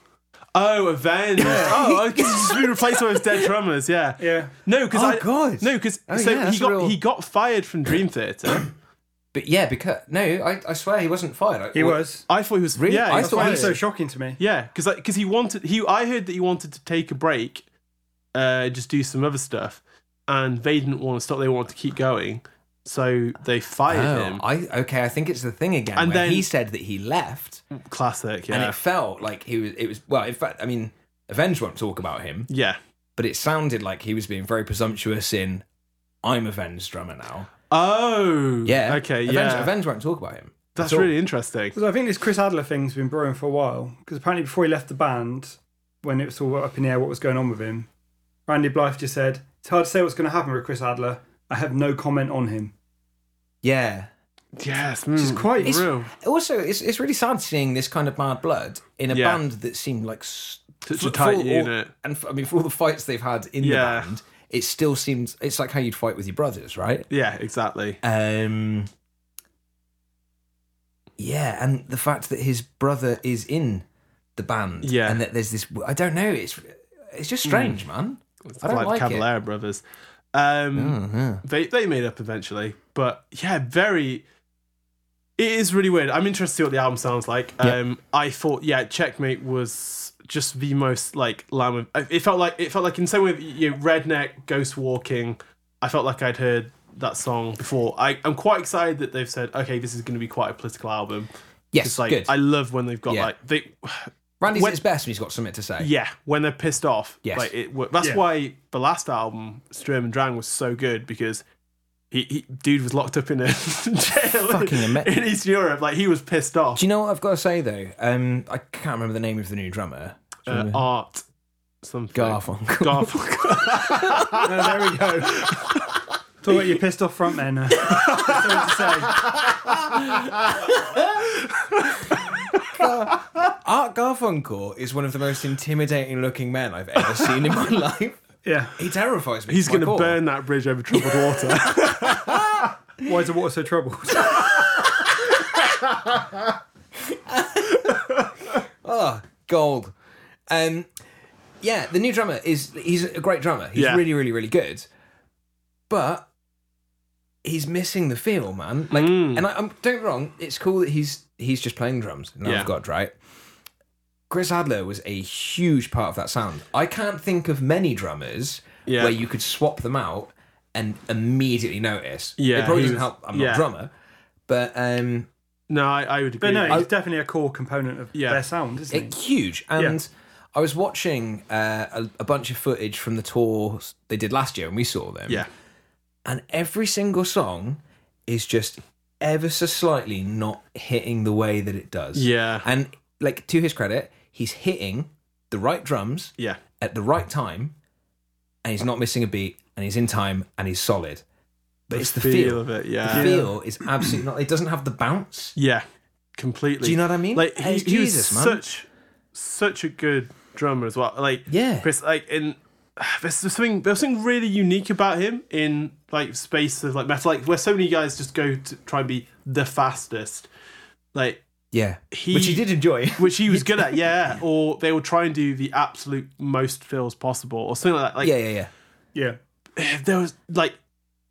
Speaker 5: Oh, Avenged. oh, because he's just been replaced by his dead drummers. Yeah.
Speaker 1: Yeah.
Speaker 5: No, because
Speaker 4: Oh,
Speaker 5: I
Speaker 4: God.
Speaker 5: no, because
Speaker 4: Oh,
Speaker 5: so
Speaker 4: yeah,
Speaker 5: he
Speaker 4: that's
Speaker 5: got
Speaker 4: real-
Speaker 5: he got fired from Dream Theater.
Speaker 4: But yeah, because no, I, I swear he wasn't fired. I,
Speaker 1: he was.
Speaker 5: I thought he was
Speaker 4: Really? I
Speaker 5: Yeah, he was
Speaker 1: That's
Speaker 4: thought
Speaker 1: why
Speaker 5: fired.
Speaker 1: it was so shocking to me.
Speaker 5: Yeah, because because he wanted he I heard that he wanted to take a break, uh, just do some other stuff, and they didn't want to stop. They wanted to keep going, so they fired
Speaker 4: Oh,
Speaker 5: him.
Speaker 4: I okay. I think it's the thing again.
Speaker 5: And
Speaker 4: where
Speaker 5: then-
Speaker 4: he said that he left,
Speaker 5: Classic,
Speaker 4: and
Speaker 5: yeah,
Speaker 4: it felt like he was. It was well. In fact, I mean, Avenged won't talk about him,
Speaker 5: yeah.
Speaker 4: but it sounded like he was being very presumptuous in. I'm Avenged drummer now.
Speaker 5: Oh,
Speaker 4: Yeah.
Speaker 5: Okay,
Speaker 4: Avenged,
Speaker 5: yeah.
Speaker 4: Avenged won't talk about him.
Speaker 5: That's
Speaker 4: at all.
Speaker 5: really interesting.
Speaker 1: So I think this Chris Adler thing's been brewing for a while because apparently before he left the band, when it was all up in the air what was going on with him, Randy Blythe just said, "It's hard to say what's going to happen with Chris Adler. I have no comment on him."
Speaker 4: Yeah.
Speaker 5: Yes, mm.
Speaker 1: Which is quite
Speaker 4: It's-
Speaker 5: real.
Speaker 4: Also, it's it's really sad seeing this kind of bad blood in a
Speaker 5: Yeah.
Speaker 4: band that seemed like s-
Speaker 5: Such
Speaker 4: for-
Speaker 5: a tight
Speaker 4: for all-
Speaker 5: unit.
Speaker 4: and for, I mean, for all the fights they've had in
Speaker 5: Yeah.
Speaker 4: the band, it still seems it's like how you'd fight with your brothers, right?
Speaker 5: Yeah, exactly.
Speaker 4: Um, yeah, and the fact that his brother is in the band,
Speaker 5: Yeah. Hmm.
Speaker 4: and that there's this, I don't know, it's it's just strange, man.
Speaker 5: It's
Speaker 4: I don't
Speaker 5: like,
Speaker 4: like
Speaker 5: the
Speaker 4: it. Mm. Uh-huh.
Speaker 5: Cavalera brothers. Um, they they made up eventually, but yeah, very. It is really weird. I'm interested to see what the album sounds like. Um, I thought, yeah, Checkmate was just the most like lamb. Of, I- it felt like it felt like in some way, you know, redneck ghost walking. I felt like I'd heard that song before. I, I'm quite excited that they've said, okay, this is going to be quite a political album.
Speaker 4: Yes,
Speaker 5: It's like
Speaker 4: good.
Speaker 5: I love when they've got
Speaker 4: Yeah.
Speaker 5: like they,
Speaker 4: Randy's
Speaker 5: when-
Speaker 4: at his best when he's got something to say.
Speaker 5: yeah, when they're pissed off.
Speaker 4: Yes.
Speaker 5: like it, wo- that's
Speaker 1: Yeah.
Speaker 5: why the last album, Sturm and Drang, was so good because he, he dude was locked up in a jail
Speaker 4: Fucking
Speaker 5: in,
Speaker 4: ama-
Speaker 5: East Europe. Like he was pissed off.
Speaker 4: Do you know what I've got to say though? Um, I can't remember the name of the new drummer.
Speaker 5: Uh, art, something
Speaker 4: Garfunkel.
Speaker 5: Garfunkel.
Speaker 1: No, there we go. Talk about your pissed off front man.
Speaker 4: Art Garfunkel is one of the most intimidating looking men I've ever seen in my life.
Speaker 1: Yeah.
Speaker 4: He terrifies me.
Speaker 5: He's
Speaker 4: It's
Speaker 5: going
Speaker 4: my
Speaker 5: to
Speaker 4: call.
Speaker 5: burn that bridge over troubled water.
Speaker 1: Why is the water so troubled?
Speaker 4: gold. Um, yeah, the new drummer is he's a great drummer. He's
Speaker 5: Yeah.
Speaker 4: really, really, really good. But he's missing the feel, man. Like,
Speaker 5: Hmm.
Speaker 4: and I, I'm don't get me wrong. It's cool that he's he's just playing drums. Now
Speaker 5: Yeah.
Speaker 4: I've got right. Chris Adler was a huge part of that sound. I can't think of many drummers
Speaker 5: Yeah.
Speaker 4: where you could swap them out and immediately notice.
Speaker 5: Yeah,
Speaker 4: it probably
Speaker 5: he
Speaker 4: doesn't
Speaker 5: was-
Speaker 4: help. I'm not
Speaker 5: yeah.
Speaker 4: a drummer, but um,
Speaker 5: no, I, I would agree.
Speaker 1: But no,
Speaker 5: I-
Speaker 1: it's definitely a core component of
Speaker 5: Yeah.
Speaker 1: their sound, isn't
Speaker 4: It,
Speaker 1: it?
Speaker 4: huge. And I was watching uh, a, a bunch of footage from the tour they did last year, and we saw them.
Speaker 5: yeah,
Speaker 4: And every single song is just ever so slightly not hitting the way that it does.
Speaker 5: Yeah.
Speaker 4: And like to his credit, he's hitting the right drums
Speaker 5: yeah,
Speaker 4: at the right time, and he's not missing a beat, and he's in time, and he's solid. But it's the feel.
Speaker 5: of it.
Speaker 4: The
Speaker 5: Yeah,
Speaker 4: feel is absolutely not. It doesn't have the bounce.
Speaker 5: yeah, completely.
Speaker 4: Do you know what I mean?
Speaker 5: Like
Speaker 4: Hey,
Speaker 5: he, he was
Speaker 4: Jesus, man.
Speaker 5: such such a good drummer as well. Like
Speaker 4: Yeah.
Speaker 5: Chris, like in there's just something there's something really unique about him in like space of like metal, like where so many guys just go to try and be the fastest, like
Speaker 4: Yeah.
Speaker 5: He-
Speaker 4: Which he did enjoy.
Speaker 5: which he was good at, yeah. Or they will try and do the absolute most fills possible, or something like that. Like
Speaker 4: yeah, yeah, yeah.
Speaker 1: Yeah.
Speaker 5: there was like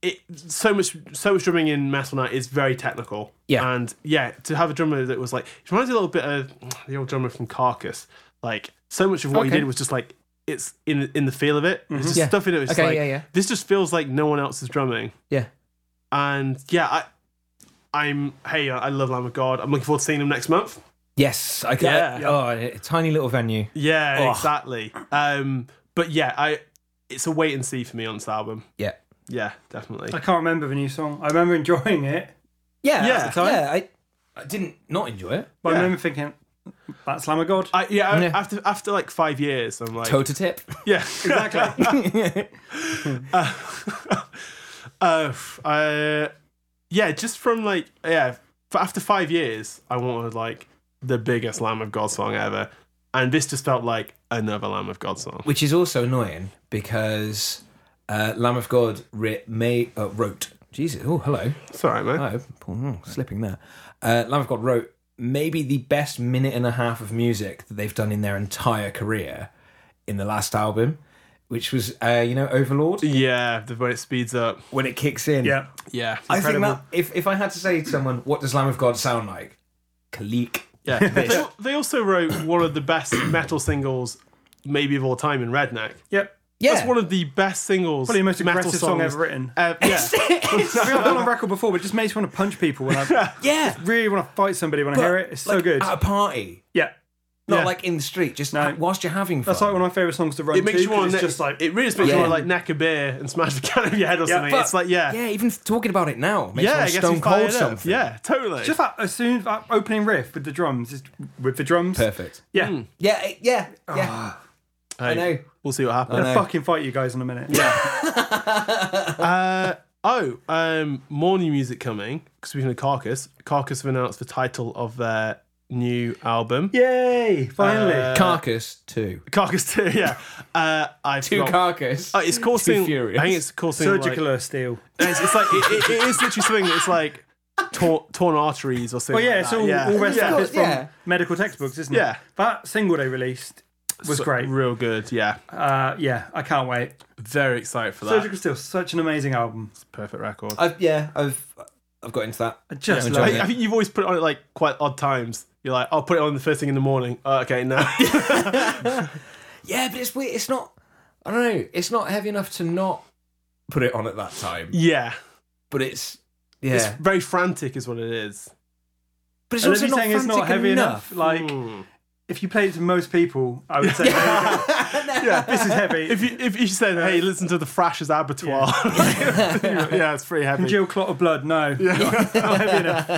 Speaker 5: it so much so much drumming in Metal Knight is very technical.
Speaker 4: Yeah.
Speaker 5: And yeah, to have a drummer that was like it reminds me a little bit of the old drummer from Carcass. Like so much of what he
Speaker 4: Okay. Mm-hmm.
Speaker 5: did was just like it's in in the feel of it. There's just
Speaker 4: Yeah.
Speaker 5: stuff in it. It's
Speaker 4: Okay,
Speaker 5: like,
Speaker 4: yeah, yeah.
Speaker 5: This just feels like no one else is drumming.
Speaker 4: Yeah.
Speaker 5: And yeah, I, I'm. Hey, I love Lamb of God. I'm looking forward to seeing them next month.
Speaker 4: Yes, I
Speaker 5: Yeah.
Speaker 4: can. Oh, a tiny little venue.
Speaker 5: Yeah,
Speaker 4: Oh.
Speaker 5: exactly. Um, but yeah, I. It's a wait and see for me on this album.
Speaker 4: Yeah.
Speaker 5: Yeah, definitely.
Speaker 1: I can't remember the new song. I remember enjoying it,
Speaker 4: Yeah.
Speaker 5: Yeah.
Speaker 4: Yeah. yeah I, I didn't not enjoy it.
Speaker 1: but
Speaker 5: Yeah.
Speaker 1: I remember thinking, that's Lamb of God.
Speaker 5: I, yeah, I-
Speaker 4: Yeah.
Speaker 5: After after like five years, I'm like,
Speaker 4: Toe to tip.
Speaker 5: yeah, exactly. uh, f- uh, yeah, just from like, yeah, f- after five years, I wanted like the biggest Lamb of God song ever, and this just felt like another Lamb of God song.
Speaker 4: Which is also annoying because uh, Lamb of God ri may, uh, wrote. Jesus. Oh, hello.
Speaker 5: It's alright, man.
Speaker 4: Oh, oh, slipping there. Uh, Lamb of God wrote maybe the best minute and a half of music that they've done in their entire career in the last album, which was, uh, you know, Overlord.
Speaker 5: Yeah, the when it speeds up.
Speaker 4: When it kicks in.
Speaker 1: yeah.
Speaker 5: Yeah,
Speaker 4: I think that if, if I had to say to someone, what does Lamb of God sound like? Kalik.
Speaker 5: Yeah, they, they also wrote one of the best metal singles, maybe of all time, in Redneck.
Speaker 1: Yep.
Speaker 4: Yeah.
Speaker 5: That's one of the best singles.
Speaker 1: Probably the most
Speaker 5: metal
Speaker 1: aggressive song
Speaker 5: songs
Speaker 1: ever written.
Speaker 5: ev- yeah.
Speaker 1: I think I've done on record before, but it just makes me want to punch people when I
Speaker 4: yeah.
Speaker 1: really want to fight somebody when I hear it. It's so
Speaker 4: Like,
Speaker 1: good.
Speaker 4: At a party.
Speaker 1: yeah.
Speaker 4: Not
Speaker 5: Yeah.
Speaker 4: like in the street, just
Speaker 1: No.
Speaker 4: whilst you're having fun.
Speaker 1: That's like one of my favourite songs to run
Speaker 5: it makes
Speaker 1: to,
Speaker 5: you
Speaker 1: 'cause
Speaker 5: want
Speaker 1: it's
Speaker 5: to
Speaker 1: just like
Speaker 5: it really just makes
Speaker 4: Yeah.
Speaker 5: you want to like neck a beer and smash the can over your head or something.
Speaker 1: but-
Speaker 5: it's like yeah,
Speaker 4: yeah, even talking about it now makes
Speaker 5: yeah,
Speaker 4: yeah,
Speaker 5: it gets
Speaker 4: stone
Speaker 5: you fired
Speaker 4: cold
Speaker 5: up.
Speaker 4: something.
Speaker 5: Yeah, totally.
Speaker 1: just that as soon as that opening riff with the drums, just with the drums.
Speaker 4: Perfect.
Speaker 1: Yeah.
Speaker 5: Hmm.
Speaker 4: Yeah, it- yeah, yeah.
Speaker 5: Hey,
Speaker 4: I know.
Speaker 5: We'll see what happens.
Speaker 1: I'm gonna fucking fight you guys in a minute. Yeah.
Speaker 5: Uh, oh, um, more new music coming. Speaking of Carcass, Carcass have announced the title of their new album.
Speaker 1: Yay! Finally.
Speaker 5: Uh,
Speaker 4: Carcass two.
Speaker 5: Carcass Two. Yeah, uh, I
Speaker 4: Two
Speaker 5: forgot-
Speaker 4: carcass.
Speaker 1: Oh,
Speaker 5: Uh, it's causing.
Speaker 4: Too furious.
Speaker 5: I think it's causing like,
Speaker 1: Surgical steel.
Speaker 5: it's, it's like it, it- it is literally something that's like torn, torn arteries or something.
Speaker 1: Well, Oh, yeah,
Speaker 5: like
Speaker 1: it's
Speaker 5: that.
Speaker 1: all,
Speaker 5: yeah.
Speaker 1: all rest
Speaker 5: yeah.
Speaker 1: up is from
Speaker 4: yeah.
Speaker 1: medical textbooks, isn't
Speaker 5: Yeah.
Speaker 1: it? That single they released was
Speaker 5: So-
Speaker 1: great.
Speaker 5: real good. Yeah,
Speaker 1: Uh, yeah, I can't wait.
Speaker 5: very excited for that.
Speaker 1: Surgical Steel, such an amazing album.
Speaker 5: Perfect record.
Speaker 4: I've, yeah, I've I've got into that.
Speaker 1: I just
Speaker 4: Yeah,
Speaker 1: love
Speaker 4: enjoy
Speaker 1: it.
Speaker 5: I think you've always put it on at like quite odd times. You're like, I'll put it on the first thing in the morning. Oh, okay, no.
Speaker 4: Yeah, but it's weird. It's not. I don't know. It's not heavy enough to not put it on at that time.
Speaker 5: yeah.
Speaker 4: But it's yeah.
Speaker 5: It's very frantic, is what it is.
Speaker 4: but it's
Speaker 1: And if
Speaker 4: also
Speaker 1: you're
Speaker 4: not
Speaker 1: saying it's not
Speaker 4: frantic
Speaker 1: heavy
Speaker 4: enough.
Speaker 1: enough, like if you played it to most people, I would say this is heavy.
Speaker 5: If you if you said, hey, listen to the Thrashers Abattoir, yeah, it's pretty heavy.
Speaker 1: Jill Clot of Blood, no. Not heavy enough.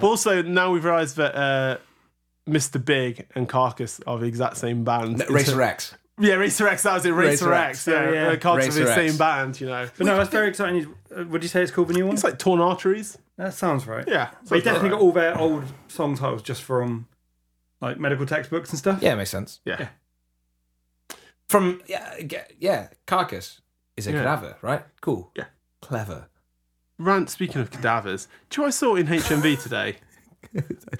Speaker 5: But also, now we've realised that uh, Mr. Big and Carcass are the exact same band.
Speaker 4: Racer X.
Speaker 5: Yeah, Racer X. That was it. Racer,
Speaker 4: Racer
Speaker 5: X.
Speaker 4: X,
Speaker 5: Yeah,
Speaker 1: yeah.
Speaker 5: Uh, Carcass are the
Speaker 4: Racer X.
Speaker 5: same band. You know,
Speaker 1: But no, that's very exciting. Uh, Would you say it's called the new one?
Speaker 5: it's like torn arteries.
Speaker 1: That sounds right.
Speaker 5: Yeah,
Speaker 1: They definitely got all their old song titles just from like medical textbooks and stuff.
Speaker 4: Yeah, it makes sense.
Speaker 5: Yeah.
Speaker 4: From yeah, g- yeah, carcass is a
Speaker 5: Yeah.
Speaker 4: cadaver, right? Cool.
Speaker 5: Yeah.
Speaker 4: Clever.
Speaker 5: Rant, speaking of cadavers, do you know I saw in HMV today?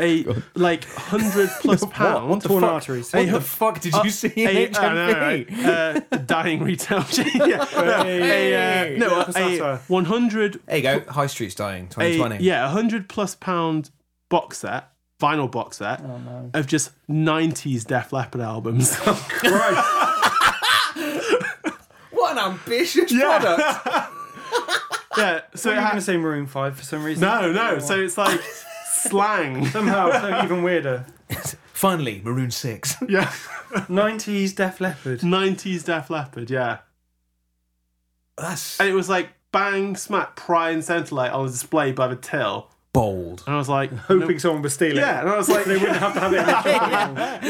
Speaker 5: a like hundred plus pound
Speaker 1: What torn arteries?
Speaker 5: Hey,
Speaker 1: What
Speaker 5: hu-
Speaker 1: the
Speaker 4: fuck did
Speaker 5: uh,
Speaker 4: you see in
Speaker 5: a,
Speaker 4: HMV?
Speaker 5: I know, right? Uh, dying retail chain. yeah. No, a, uh,
Speaker 4: Hey.
Speaker 5: no,
Speaker 1: Hey.
Speaker 5: a one hundred.
Speaker 4: There you go. High Street's dying.
Speaker 5: A,
Speaker 4: 2020.
Speaker 5: yeah, a hundred plus pound box set, vinyl box set
Speaker 1: Oh,
Speaker 5: of just nineties Def Leppard albums.
Speaker 1: Right.
Speaker 4: What an ambitious
Speaker 5: Yeah.
Speaker 4: product.
Speaker 5: yeah, so it
Speaker 1: I'm going to
Speaker 5: has,
Speaker 1: say Maroon 5 for some reason.
Speaker 5: no, no. So it's like slang.
Speaker 1: Somehow, so even weirder.
Speaker 4: Finally, Maroon Six.
Speaker 5: Yeah,
Speaker 1: 90s Def Leppard.
Speaker 5: nineties Def Leppard. Yeah.
Speaker 4: That's
Speaker 5: and it was like bang smack pry and centrelite on display by the till
Speaker 4: bold.
Speaker 5: and i was like
Speaker 1: Hoping
Speaker 5: no-
Speaker 1: someone would steal it.
Speaker 5: yeah and i was like
Speaker 1: They wouldn't have to have it in their shop.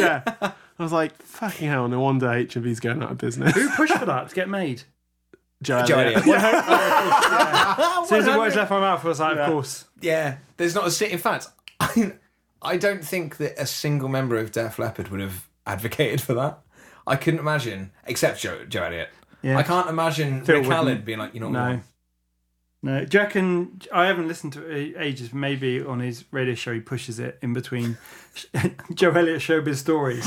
Speaker 5: yeah i was like fucking hell no wonder hmv's going out of business
Speaker 1: Who pushed for that to get made?
Speaker 5: Joe
Speaker 4: Joe
Speaker 5: Elliott.
Speaker 4: Elliott.
Speaker 1: As soon as the words left my mouth, I was like, of course.
Speaker 4: Yeah, there's not a sit. In fact, I, I don't think that a single member of Def Leppard would have advocated for that. I couldn't imagine, except Joe, Joe Elliott.
Speaker 1: Yeah.
Speaker 4: I can't imagine
Speaker 1: Phil
Speaker 4: Rick Allen
Speaker 1: wouldn't.
Speaker 4: being like, you know,
Speaker 1: No.
Speaker 4: what?
Speaker 1: No, do you reckon? I haven't listened to it ages. Maybe on his radio show, he pushes it in between Joe Elliott showbiz stories.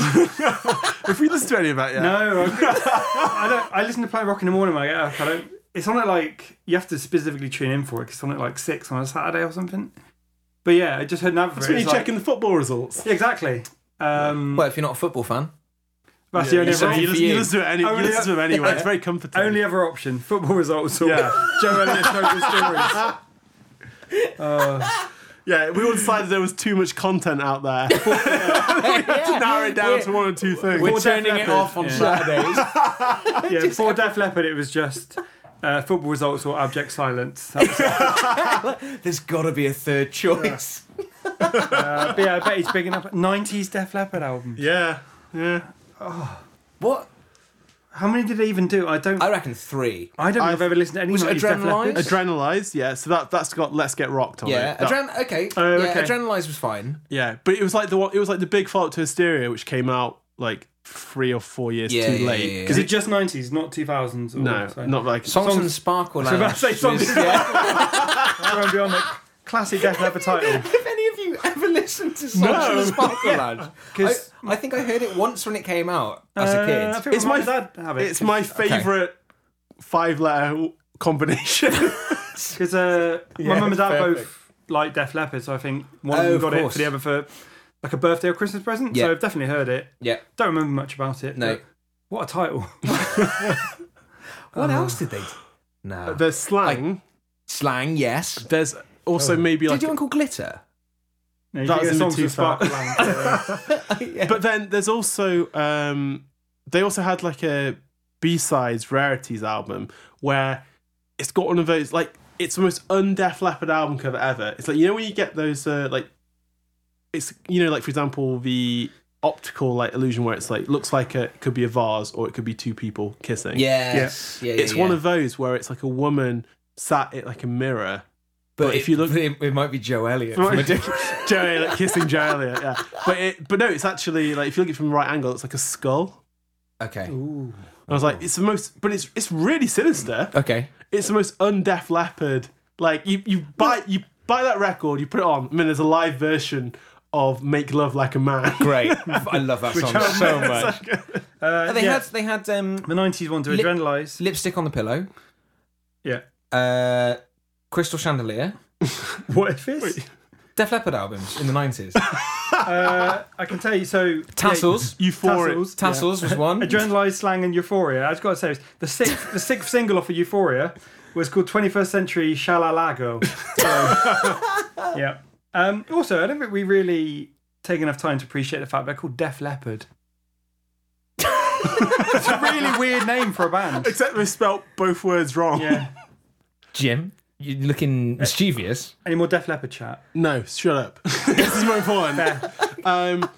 Speaker 5: if we listen to any of that yeah
Speaker 1: No, I, I don't. I listen to play rock in the morning when I get up. I don't. It's on at like you have to specifically tune in for it. 'cause it's on at like six on a Saturday or something. But yeah, I just heard an advert.
Speaker 5: it's when
Speaker 1: It's
Speaker 5: you're
Speaker 1: like-
Speaker 5: checking the football results
Speaker 1: Yeah, exactly. Um,
Speaker 4: Well, if you're not a football fan,
Speaker 1: That's
Speaker 5: Yeah,
Speaker 1: the only
Speaker 5: you listen-
Speaker 1: other
Speaker 4: said
Speaker 5: you
Speaker 1: option.
Speaker 5: listen- you listen to it any- you
Speaker 1: Only-
Speaker 5: listen to them anyway. It's very comforting.
Speaker 1: Only other option. Football results or
Speaker 5: Yeah.
Speaker 1: Joe Elliott Trojan stories.
Speaker 5: yeah, we all decided there was too much content out there. we had to narrow it down to one or two things.
Speaker 4: We're
Speaker 1: Or Def
Speaker 4: turning it
Speaker 1: Leppard.
Speaker 4: off on
Speaker 1: Yeah.
Speaker 4: Saturdays.
Speaker 1: Yeah, before Def Leppard, it was just uh, football results or abject silence. That was-
Speaker 4: There's got to be a third choice.
Speaker 1: uh, but yeah, I bet he's big enough. 90s Def Leppard album.
Speaker 5: yeah, yeah.
Speaker 4: What?
Speaker 1: How many did they even do? I don't.
Speaker 4: I
Speaker 1: I,
Speaker 4: reckon three.
Speaker 1: don't think
Speaker 5: I've-
Speaker 1: I've ever listened to any
Speaker 4: Was it
Speaker 1: 90s Def
Speaker 4: Adrenaline?
Speaker 1: Leppard.
Speaker 5: Adrenalize, yeah. So that that's got Let's Get Rocked on
Speaker 4: Yeah,
Speaker 5: it. That-
Speaker 4: Adren- okay.
Speaker 1: Oh,
Speaker 4: yeah,
Speaker 1: okay.
Speaker 4: Adrenalize was fine.
Speaker 5: yeah, but it was like the one, it was like the big follow-up to Hysteria, which came out like three or four years
Speaker 4: Yeah,
Speaker 5: too
Speaker 4: yeah,
Speaker 5: late.
Speaker 4: yeah, yeah.
Speaker 1: Is it just 90s, not 2000s? Or
Speaker 5: No,
Speaker 1: sorry.
Speaker 5: not like
Speaker 4: Songs,
Speaker 1: Songs-
Speaker 4: and Sparkle
Speaker 1: I was about to
Speaker 4: Lounge.
Speaker 1: say Songs
Speaker 4: was-
Speaker 1: and
Speaker 4: yeah.
Speaker 1: Go and beyond the classic Def Leppard title.
Speaker 4: Have any of you ever listened to Songs and Sparkle Lounge?
Speaker 1: 'Cause-
Speaker 4: I, I think I heard it once when it came out as a
Speaker 1: Uh, I
Speaker 4: kid.
Speaker 1: think
Speaker 5: It's
Speaker 1: my
Speaker 5: my-
Speaker 1: dad have it.
Speaker 5: It's my favorite five-letter combination.
Speaker 1: Because uh, my mum and dad both like Def Leppard, so I think one of
Speaker 4: Oh,
Speaker 1: them
Speaker 4: of
Speaker 1: got it
Speaker 4: course.
Speaker 1: for the other for like a birthday or Christmas present.
Speaker 4: Yeah.
Speaker 1: So I've definitely heard it.
Speaker 4: Yeah.
Speaker 1: Don't remember much about it.
Speaker 4: No.
Speaker 1: but What a title.
Speaker 4: What else did they? do? No.
Speaker 5: There's slang. Oh.
Speaker 4: Slang, yes.
Speaker 5: There's also maybe
Speaker 4: Did you
Speaker 5: like
Speaker 4: do one called Glitter?
Speaker 1: No, you
Speaker 5: That
Speaker 1: can
Speaker 5: was
Speaker 1: get
Speaker 5: in the
Speaker 1: songs Uh, with
Speaker 5: two-part.
Speaker 1: Sparkle Lounge.
Speaker 5: But then there's also um, they also had like a B sides rarities album where it's got one of those like it's the most undef leopard album cover ever. It's like you know when you get those uh, like it's you know like for example the optical like illusion where it's like looks like a, it could be a vase or it could be two people kissing.
Speaker 4: Yes. Yeah. yeah,
Speaker 5: it's one
Speaker 4: yeah.
Speaker 5: of those where it's like a woman sat at like a mirror
Speaker 4: But
Speaker 5: if you look-
Speaker 4: it, it might be Joe Elliott.
Speaker 5: Right.
Speaker 4: from a different-
Speaker 5: Joe Elliott kissing Joe Elliott, yeah. But it, but no, it's actually like if you look at it from the right angle, it's like a skull.
Speaker 4: okay.
Speaker 5: And I was like, it's the most, but it's it's really sinister.
Speaker 4: Okay.
Speaker 5: It's the most undef leopard. Like you you buy you buy that record, you put it on, and then there's a live version of "Make Love Like a Man."
Speaker 4: Great. I love that song so much.
Speaker 1: Uh,
Speaker 4: They
Speaker 1: yeah,
Speaker 4: had they had um,
Speaker 1: the 90s one to
Speaker 4: Li-
Speaker 1: Adrenalise.
Speaker 4: lipstick on the pillow,
Speaker 1: Yeah.
Speaker 4: uh, crystal chandelier,
Speaker 1: What if it's?
Speaker 4: Def Leppard albums in the nineties.
Speaker 1: Uh, I can tell you. So
Speaker 4: Tassels,
Speaker 5: Euphoric.
Speaker 1: Tassels.
Speaker 4: tassels was one.
Speaker 1: Adrenalise, slang, and Euphoria. I've got to say, the sixth, the sixth single off of Euphoria was called 21st Century Shalalago. So, yeah. Um, also, I don't think we really take enough time to appreciate the fact they're called Def Leopard. it's a really weird name for a band.
Speaker 5: Except they spelt both words wrong.
Speaker 1: Yeah.
Speaker 4: Jim, you're looking mischievous.
Speaker 1: Any more Def Leopard chat?
Speaker 5: No, shut up. this is more important. um,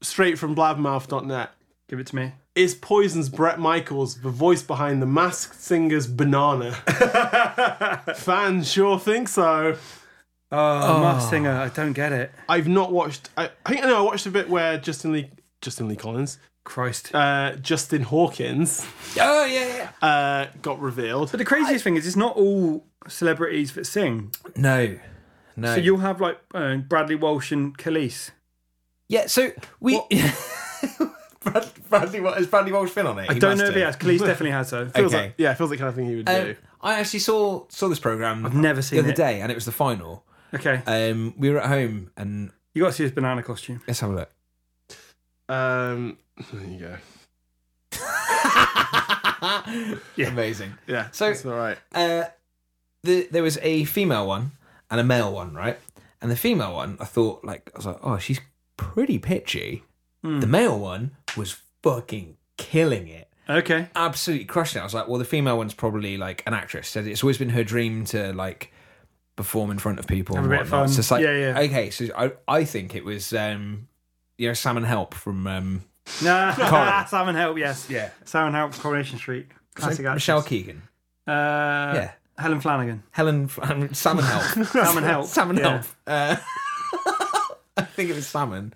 Speaker 5: straight from blabbermouth.net.
Speaker 1: Give it to me.
Speaker 5: is Poison's Brett Michaels the voice behind the masked singer's Banana? Fans sure think so.
Speaker 1: Oh, Masked Singer. I don't get it.
Speaker 5: I've not watched. I, I think I know. I watched a bit where Justin Lee, Justin Lee Collins,
Speaker 1: Christ.
Speaker 5: uh, Justin Hawkins
Speaker 4: Oh yeah, yeah.
Speaker 5: uh, got revealed.
Speaker 1: But the craziest thing is, it's not all celebrities that sing.
Speaker 4: No, no.
Speaker 1: So you'll have like uh, Bradley Walsh and Khalees.
Speaker 4: yeah. So we. Brad, Bradley, what has Bradley Walsh been on it?
Speaker 1: I don't know if he has. Khalees definitely has though.
Speaker 5: Feels
Speaker 4: Okay.
Speaker 5: like- yeah, feels like kind of thing he would
Speaker 4: Um,
Speaker 5: do.
Speaker 4: I actually saw saw this program. I've
Speaker 1: never seen
Speaker 4: the other
Speaker 1: it.
Speaker 4: day, and it was the final.
Speaker 1: Okay,
Speaker 4: Um, we were at home, and
Speaker 1: you got to see his banana costume.
Speaker 4: let's have a look.
Speaker 5: Um, there you go.
Speaker 4: Amazing.
Speaker 5: Yeah,
Speaker 4: So-
Speaker 5: that's all right.
Speaker 4: Uh, the, there was a female one and a male one, right? And the female one, I thought, like, I was like, oh, she's pretty pitchy. The male one was fucking killing it,
Speaker 1: Okay,
Speaker 4: absolutely crushing it. I was like, well, the female one's probably like an actress. So it's always been her dream to like perform in front of people.
Speaker 1: Have a
Speaker 4: and
Speaker 1: bit of
Speaker 4: whatnot.
Speaker 1: fun.
Speaker 4: So it's like,
Speaker 1: Yeah, yeah.
Speaker 4: Okay, so I, I think it was, um, you know, Salmon Help from um,
Speaker 1: nah,
Speaker 4: Coral.
Speaker 1: Salmon Help, yes,
Speaker 4: Yeah.
Speaker 1: Salmon Help, Coronation Street, classic actress.
Speaker 4: Michelle Keegan,
Speaker 1: uh,
Speaker 4: Yeah.
Speaker 1: Helen Flanagan,
Speaker 4: Helen, Fl- Salmon Help.
Speaker 1: Salmon Help,
Speaker 4: salmon
Speaker 1: Yeah.
Speaker 4: help. Uh, I think it was salmon.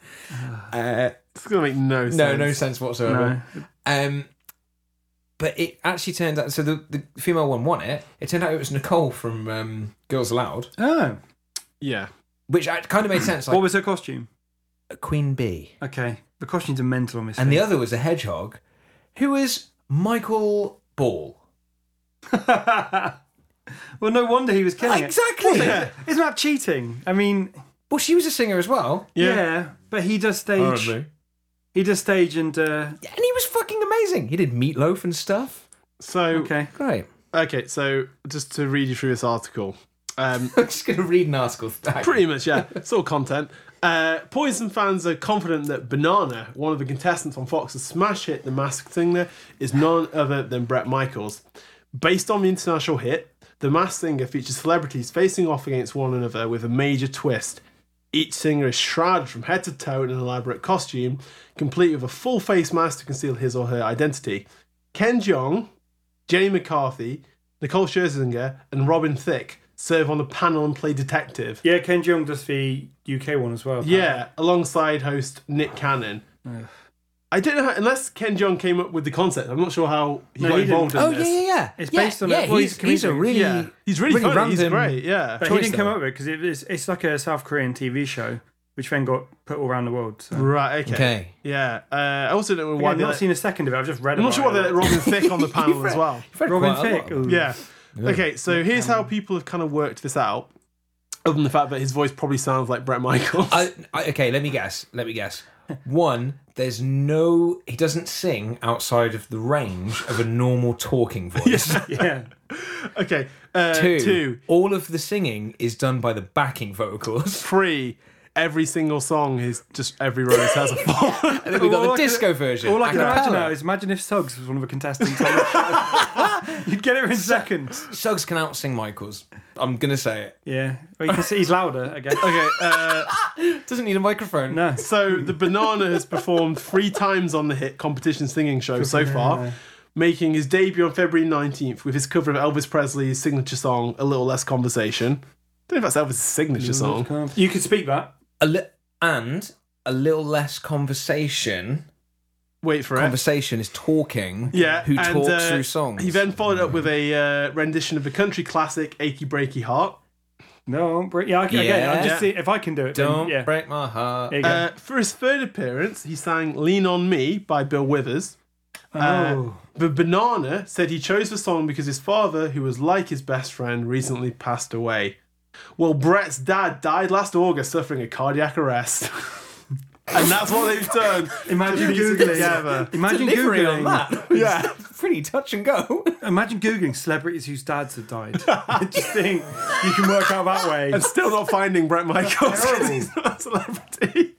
Speaker 4: Uh,
Speaker 5: It's gonna make no sense.
Speaker 4: no, no sense whatsoever. Um, but it actually turned out. So the, the female one won it. It turned out it was Nicole from um, Girls Aloud,
Speaker 1: Oh,
Speaker 5: Yeah,
Speaker 4: which act- kind of made sense. Like
Speaker 1: what was her costume?
Speaker 4: a queen bee,
Speaker 1: Okay, the costumes are mental on this.
Speaker 4: and the other was a hedgehog, who is Michael Ball.
Speaker 1: other. well, no wonder he was killing
Speaker 4: Exactly.
Speaker 1: it. Isn't that cheating? I mean,
Speaker 4: Well, she was a singer as well.
Speaker 1: yeah, but he does stage. He did stage and uh,
Speaker 4: And he was fucking amazing. He did meatloaf and stuff.
Speaker 5: So
Speaker 1: okay.
Speaker 4: Great.
Speaker 5: okay, so just to read you through this article. Um,
Speaker 4: I'm just going to read an article. Thank you.
Speaker 5: Pretty much, yeah. It's all content. Uh, Poison fans are confident that Banana, one of the contestants on Fox's smash hit The Masked Singer, is none other than Brett Michaels. Based on the international hit, The Masked Singer features celebrities facing off against one another with a major twist. Each singer is shrouded from head to toe in an elaborate costume, complete with a full face mask to conceal his or her identity. Ken Jeong, Jenny McCarthy, Nicole Scherzinger, and Robin Thicke serve on the panel and play detective.
Speaker 1: Yeah, Ken Jeong does the UK one as well.
Speaker 5: Yeah, alongside host Nick Cannon. I don't know how, unless Ken Jeong came up with the concept. I'm not sure how he
Speaker 1: No,
Speaker 5: got
Speaker 1: he
Speaker 5: involved in
Speaker 1: didn't.
Speaker 4: Oh yeah,
Speaker 5: this.
Speaker 4: yeah, yeah.
Speaker 1: It's
Speaker 4: Yeah,
Speaker 1: based on a-
Speaker 4: yeah.
Speaker 1: well, he's
Speaker 4: he's,
Speaker 1: a
Speaker 4: he's a
Speaker 1: comedic-
Speaker 4: really
Speaker 5: Yeah, he's really, funny.
Speaker 4: random.
Speaker 5: He's great. Yeah,
Speaker 1: But he
Speaker 4: Choice
Speaker 1: didn't
Speaker 4: though.
Speaker 1: come up with it because it is, it's like a South Korean TV show, which then got put all around the world. So.
Speaker 5: right. Okay.
Speaker 4: Okay.
Speaker 5: Yeah. Uh, I also don't know
Speaker 1: Well,
Speaker 5: why.
Speaker 1: I've
Speaker 5: they
Speaker 1: not
Speaker 5: let-
Speaker 1: seen a second of it. I've just read.
Speaker 5: I'm not sure why they
Speaker 1: about
Speaker 5: let
Speaker 1: it.
Speaker 5: Robin Thicke on the panel as well.
Speaker 4: You've read
Speaker 1: Robin
Speaker 4: quite a lot
Speaker 1: Thicke.
Speaker 4: of them.
Speaker 1: ooh.
Speaker 5: Yeah. Okay, so here's how people have kind of worked this out. Other than the fact that his voice probably sounds like Brett Michaels.
Speaker 4: I, I, okay, let me guess. Let me guess. One, there's no. He doesn't sing outside of the range of a normal talking voice.
Speaker 1: yeah.
Speaker 5: okay. Uh,
Speaker 4: Two,
Speaker 5: two.
Speaker 4: all of the singing is done by the backing vocals.
Speaker 5: Three. Every single song is just every rose has a fall.
Speaker 4: And then we got
Speaker 1: All
Speaker 4: the
Speaker 1: I can-
Speaker 4: disco version.
Speaker 1: All I can
Speaker 4: a
Speaker 1: imagine
Speaker 4: cappella.
Speaker 1: now is imagine if Suggs was one of the contestants. on the show. You'd get it in seconds.
Speaker 4: Suggs can out sing Michaels. I'm gonna say it.
Speaker 1: Yeah. Well, you can see he's louder, I guess.
Speaker 5: okay. Uh,
Speaker 4: Doesn't need a microphone.
Speaker 1: No.
Speaker 5: So the banana has performed three times on the hit competition singing show so far, making his debut on February 19th with his cover of Elvis Presley's signature song, A Little Less Conversation. Don't know if that's Elvis' signature song.
Speaker 1: You could speak that.
Speaker 4: A li- and a little less conversation.
Speaker 5: Wait for it.
Speaker 4: Conversation is talking.
Speaker 5: Yeah,
Speaker 4: Who
Speaker 5: and,
Speaker 4: talks
Speaker 5: uh,
Speaker 4: through songs.
Speaker 5: He then followed up with a uh, rendition of the country classic "Achy Breaky Heart."
Speaker 1: No, I'm br- yeah, I can, again, I'm
Speaker 4: Yeah.
Speaker 1: just see if I can do it. then,
Speaker 4: Don't
Speaker 1: yeah.
Speaker 4: break my heart.
Speaker 1: There you go.
Speaker 5: Uh, for his third appearance, he sang "Lean on Me" by Bill Withers.
Speaker 4: Uh,
Speaker 1: oh.
Speaker 5: The banana said he chose the song because his father, who was like his best friend, recently passed away. Well, Brett's dad died last August suffering a cardiac arrest. and that's what they've done.
Speaker 1: Imagine
Speaker 5: Put it
Speaker 1: googling.
Speaker 5: together.
Speaker 1: Imagine
Speaker 4: Delivery
Speaker 1: googling.
Speaker 4: on that.
Speaker 5: Yeah.
Speaker 4: Pretty touch and go.
Speaker 1: Imagine googling celebrities whose dads have died. Just think you can work out that way.
Speaker 5: And still not finding Brett Michaels because he's not a celebrity.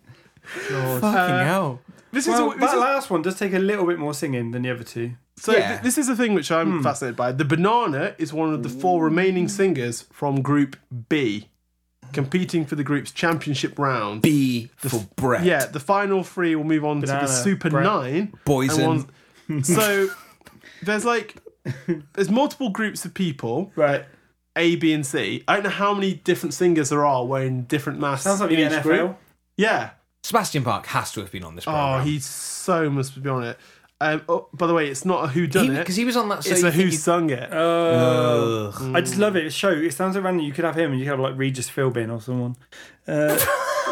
Speaker 1: Uh,
Speaker 4: Fucking
Speaker 5: Uh,
Speaker 4: hell.
Speaker 5: This
Speaker 1: Well,
Speaker 5: is, a, this
Speaker 1: that
Speaker 5: is-
Speaker 1: last one does take a little bit more singing than the other two.
Speaker 5: so
Speaker 4: Yeah.
Speaker 5: th- this is a thing which
Speaker 1: Hmm.
Speaker 5: I'm fascinated by. The banana is one of the four remaining singers from Group B, competing for the group's championship round.
Speaker 4: B for Brett.
Speaker 5: Yeah, the final three will move on to
Speaker 1: Banana,
Speaker 5: the Super
Speaker 1: Brett.
Speaker 5: Nine.
Speaker 4: Boysen.
Speaker 5: And one- so there's like there's multiple groups of people,
Speaker 1: Right.
Speaker 5: A, B, and C. I don't know how many different singers there are wearing different masks.
Speaker 1: Sounds like the
Speaker 5: in each
Speaker 1: NFL.
Speaker 5: group. Yeah.
Speaker 4: Sebastian Bach has to have been on this
Speaker 5: Oh,
Speaker 4: program.
Speaker 5: he so must be on it. Um, oh, by the way, it's not a who done it.
Speaker 4: because he, was on that. So
Speaker 5: it's
Speaker 4: you
Speaker 5: a
Speaker 4: think
Speaker 5: who
Speaker 4: he'd-
Speaker 5: sung it.
Speaker 1: Uh,
Speaker 4: Uh,
Speaker 1: Oh. I just love it. It's show. It sounds like random. You could have him and you could have like Regis Philbin or someone. Uh,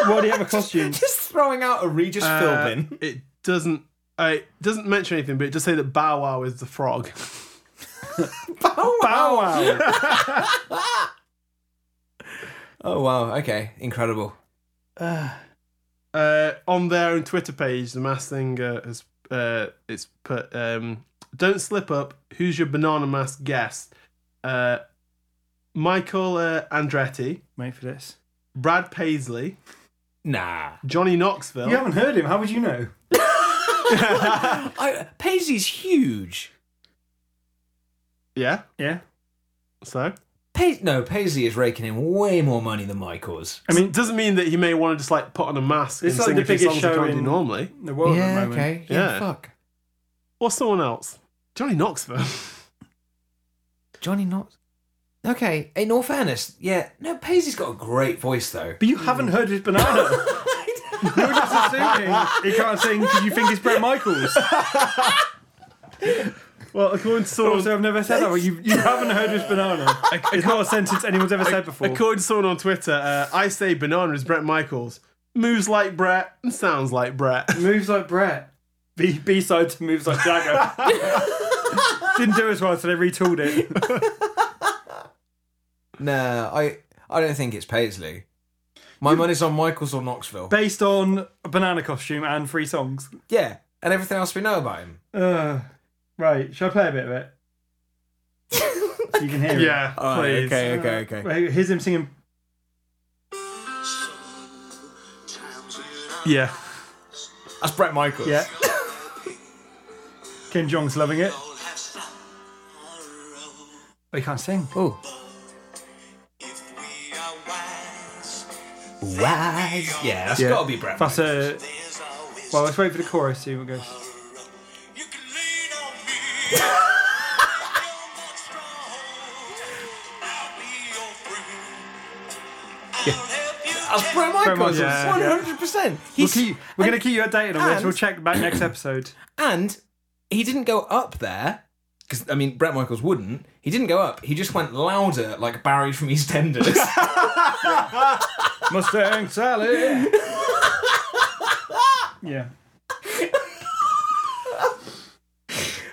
Speaker 1: why do you have a costume?
Speaker 4: just throwing out a Regis
Speaker 5: Uh,
Speaker 4: Philbin.
Speaker 5: It doesn't. Uh, it doesn't mention anything, but it just say that Bow Wow is the frog.
Speaker 4: Oh
Speaker 1: Bow wow.
Speaker 4: Oh wow. Okay. Incredible.
Speaker 5: uh, on their own Twitter page, the mass singer has uh, it's put um, don't slip up. Who's your banana mask guest? Uh, Michael uh, Andretti,
Speaker 1: Wait for this.
Speaker 5: Brad Paisley,
Speaker 4: Nah.
Speaker 5: Johnny Knoxville.
Speaker 1: You haven't heard him. How would you know?
Speaker 4: I, Paisley's huge.
Speaker 5: Yeah.
Speaker 1: Yeah.
Speaker 5: So
Speaker 4: Pais- no, Paisley is raking in way more money than Michael's.
Speaker 5: I mean, it doesn't mean that he may want to just like put on a mask
Speaker 1: It's
Speaker 5: and
Speaker 1: like
Speaker 5: sing
Speaker 1: the
Speaker 5: a few
Speaker 1: biggest
Speaker 5: songs he
Speaker 1: show
Speaker 5: can't do
Speaker 1: in-
Speaker 5: normally,
Speaker 1: The world at the moment.
Speaker 5: Yeah.
Speaker 4: Fuck.
Speaker 5: or someone else. Johnny Knoxville.
Speaker 4: Johnny Knox. Okay. In all fairness, yeah. No, Paisley's got a great voice though.
Speaker 1: But you haven't heard his banana. You're just assuming he can't sing because you think it's Brett Michaels.
Speaker 5: well, according to someone,
Speaker 1: Also, I've never said that. Well, you, you haven't heard his banana. It's not a sentence anyone's ever said before.
Speaker 5: according to someone on Twitter, uh, I say banana is Brett Michaels. Moves like Brett and sounds like Brett.
Speaker 1: Moves like Brett. B B side to moves like Jagger. Didn't do as well, so they retooled it.
Speaker 4: Nah. I. I don't think it's Paisley. My money's on Michael's or Knoxville.
Speaker 1: based on a banana costume and three songs.
Speaker 4: yeah, and everything else we know about him.
Speaker 1: Uh, right, shall I play a bit of it? you can hear
Speaker 5: Yeah.
Speaker 1: it.
Speaker 4: All right,
Speaker 1: please.
Speaker 4: okay, okay, okay.
Speaker 1: Wait, Here's him singing.
Speaker 5: Yeah.
Speaker 4: That's Brett Michaels.
Speaker 1: Yeah. Kim Jong's loving it. But he can't sing.
Speaker 4: Oh. Wise. Yeah, that's
Speaker 1: Yeah.
Speaker 4: got to be Brett.
Speaker 1: That's
Speaker 4: Michaels.
Speaker 1: a. Well, let's wait for the chorus, see what goes.
Speaker 4: That's Brett
Speaker 1: Michaels,
Speaker 4: Michaels. One
Speaker 1: yeah.
Speaker 4: hundred percent.
Speaker 1: We'll keep, we're going to keep you updated on this.
Speaker 4: and-
Speaker 1: We'll check back next episode.
Speaker 4: And he didn't go up there because I mean Brett Michaels wouldn't. He didn't go up. He just went louder, like Barry from EastEnders.
Speaker 1: Mustang Sally. yeah.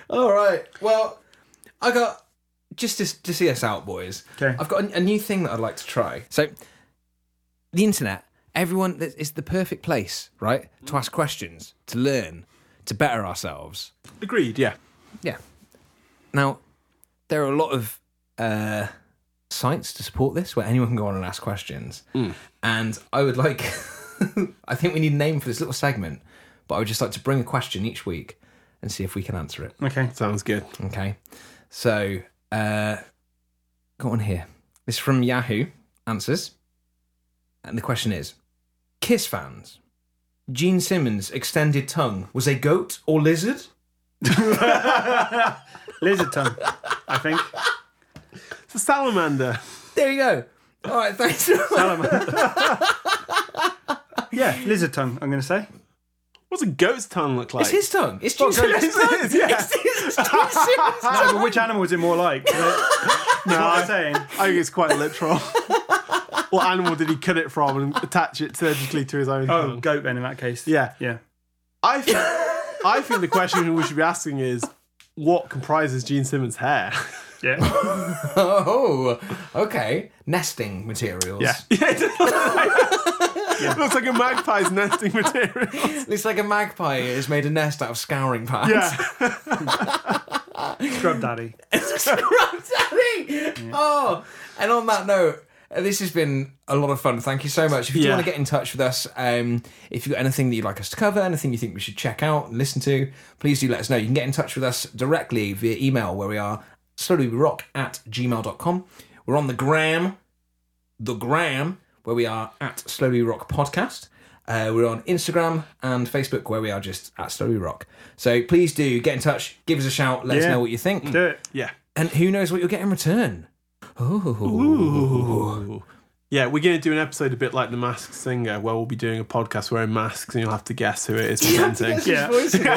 Speaker 4: All right. Well, I got just to, to see us out, boys.
Speaker 1: 'Kay.
Speaker 4: I've got a, a new thing that I'd like to try. So, the internet, everyone that is the perfect place, right, to ask questions, to learn, to better ourselves.
Speaker 5: Agreed. Yeah.
Speaker 4: Yeah. Now, there are a lot of uh, sites to support this where anyone can go on and ask questions. And I would like, I think we need a name for this little segment, but I would just like to bring a question each week and see if we can answer it.
Speaker 1: Okay. Mm.
Speaker 5: Sounds good.
Speaker 4: Okay. So, uh, go on here. This is from Yahoo Answers. And the question is Kiss fans, Gene Simmons' extended tongue was a goat or lizard?
Speaker 1: Lizard tongue, I think.
Speaker 5: It's a salamander.
Speaker 4: There you go. All right, thanks.
Speaker 1: Yeah, lizard tongue, I'm going to say.
Speaker 5: What's a goat's tongue look like?
Speaker 4: it's his tongue. It's Gene
Speaker 5: goat
Speaker 4: Simmons'
Speaker 5: is
Speaker 4: tongue.
Speaker 5: it? Yeah.
Speaker 4: It's, it's Gene Simmons' tongue.
Speaker 1: No, but which animal is it more like? Is it-
Speaker 5: no,
Speaker 1: what I'm
Speaker 5: I,
Speaker 1: saying.
Speaker 5: I think it's quite literal. what animal did he cut it from and attach it surgically to his own
Speaker 1: Oh,
Speaker 5: tongue?
Speaker 1: goat then in that case.
Speaker 5: Yeah.
Speaker 1: Yeah.
Speaker 5: I think, I think the question we should be asking is what comprises Gene Simmons' hair?
Speaker 1: Yeah.
Speaker 4: Oh, okay. Nesting materials.
Speaker 5: Yeah. yeah it looks like- it looks like a magpie's nesting material.
Speaker 4: It's like a magpie has made a nest out of scouring pants.
Speaker 5: Yeah.
Speaker 1: Scrub daddy.
Speaker 4: Scrub daddy. Oh, and on that note, uh, this has been a lot of fun. Thank you so much. If you do
Speaker 5: Yeah.
Speaker 4: want to get in touch with us, um, if you've got anything that you'd like us to cover, anything you think we should check out and listen to, please do let us know. You can get in touch with us directly via email where we are slowlyrock at gmail.com. We're on the gram, the gram, where we are at Slowly Rock Podcast. Uh, we're on Instagram and Facebook where we are just at Slowly Rock. So please do get in touch, give us a shout, let us
Speaker 1: Yeah.
Speaker 4: know what you think.
Speaker 1: Do it.
Speaker 5: Yeah.
Speaker 4: And who knows what you'll get in return?
Speaker 5: Ooh. Yeah, we're going to do an episode a bit like the Masked Singer, where we'll be doing a podcast wearing masks, and you'll have to guess who it is presenting.
Speaker 1: Yeah.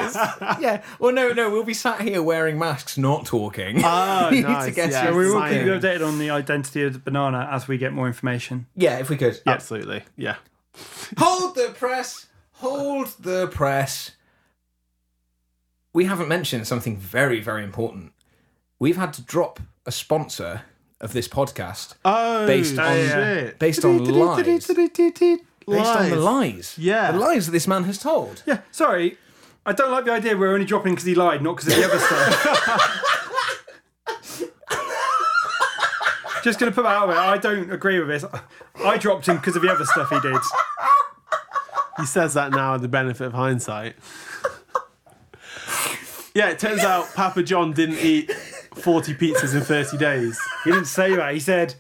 Speaker 4: yeah. Well, no, no, we'll be sat here wearing masks, not talking.
Speaker 5: Oh,
Speaker 4: You need to
Speaker 5: nice.
Speaker 4: guess
Speaker 5: yeah,
Speaker 4: who
Speaker 1: We
Speaker 4: it
Speaker 1: will
Speaker 4: Science.
Speaker 1: keep you updated on the identity of the banana as we get more information.
Speaker 4: yeah, if we could. Uh,
Speaker 5: Absolutely. Yeah.
Speaker 4: Hold the press. Hold the press. We haven't mentioned something very, very important. We've had to drop a sponsor of this podcast
Speaker 5: Oh,
Speaker 4: Based on-
Speaker 5: shit.
Speaker 4: based on lies. based on the
Speaker 5: Lies.
Speaker 4: lies.
Speaker 5: Yeah.
Speaker 4: The lies that this man has told.
Speaker 1: Yeah. Sorry. I don't like the idea we're only dropping because he lied, not because of the other stuff. Just going to put that out there. I don't agree with this. I dropped him because of the other stuff he did.
Speaker 5: He says that now at the benefit of hindsight. yeah, it turns out Papa John didn't eat 40 pizzas in 30 days.
Speaker 1: He didn't say that. He said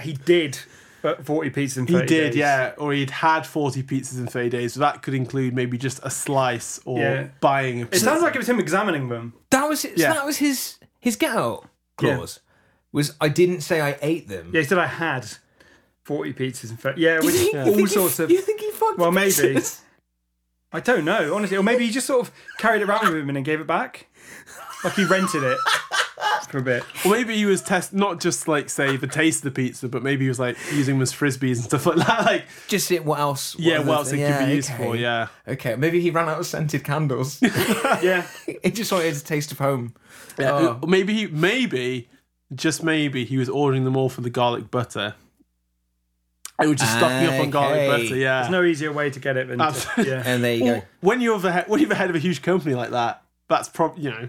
Speaker 1: he did, but 40 pizzas in 30
Speaker 5: He did,
Speaker 1: days.
Speaker 5: yeah, or he'd had 40 pizzas in 30 days. So that could include maybe just a slice or
Speaker 1: Yeah.
Speaker 5: buying a
Speaker 1: It
Speaker 5: pizza.
Speaker 1: sounds like it was him examining them.
Speaker 4: That was his,
Speaker 5: Yeah.
Speaker 4: that was his his get out clause. Was I didn't say I ate them.
Speaker 1: Yeah, he said I had 40 pizzas in 30 Yeah,
Speaker 4: You
Speaker 1: which
Speaker 4: think- you
Speaker 1: all
Speaker 4: think he-
Speaker 1: sorts of.
Speaker 4: You think he fucked
Speaker 1: Well, maybe.
Speaker 4: pizzas?
Speaker 1: I don't know, honestly. Or maybe he just sort of carried it around with him and then gave it back. Like he rented it for a bit.
Speaker 5: Or maybe he was test not just like say the taste of the pizza, but maybe he was like using them as frisbees and stuff like that. Like
Speaker 4: Just see what else? what
Speaker 5: yeah,
Speaker 4: other
Speaker 5: what else it
Speaker 4: thing-
Speaker 5: could
Speaker 4: yeah,
Speaker 5: be used
Speaker 4: okay.
Speaker 5: for? Yeah,
Speaker 4: Okay, maybe he ran out of scented candles.
Speaker 1: Yeah.
Speaker 4: he just wanted a taste of home. Oh,
Speaker 5: Or Uh, oh, maybe he, maybe just maybe he was ordering them all for the garlic butter, It would just stock me up on garlic
Speaker 4: Okay.
Speaker 5: butter. Yeah.
Speaker 1: There's no easier way to get it than to,
Speaker 5: Absolutely.
Speaker 1: yeah.
Speaker 4: And there you go.
Speaker 5: Well, when you're the head, when you're the head of a huge company like that, that's probably you know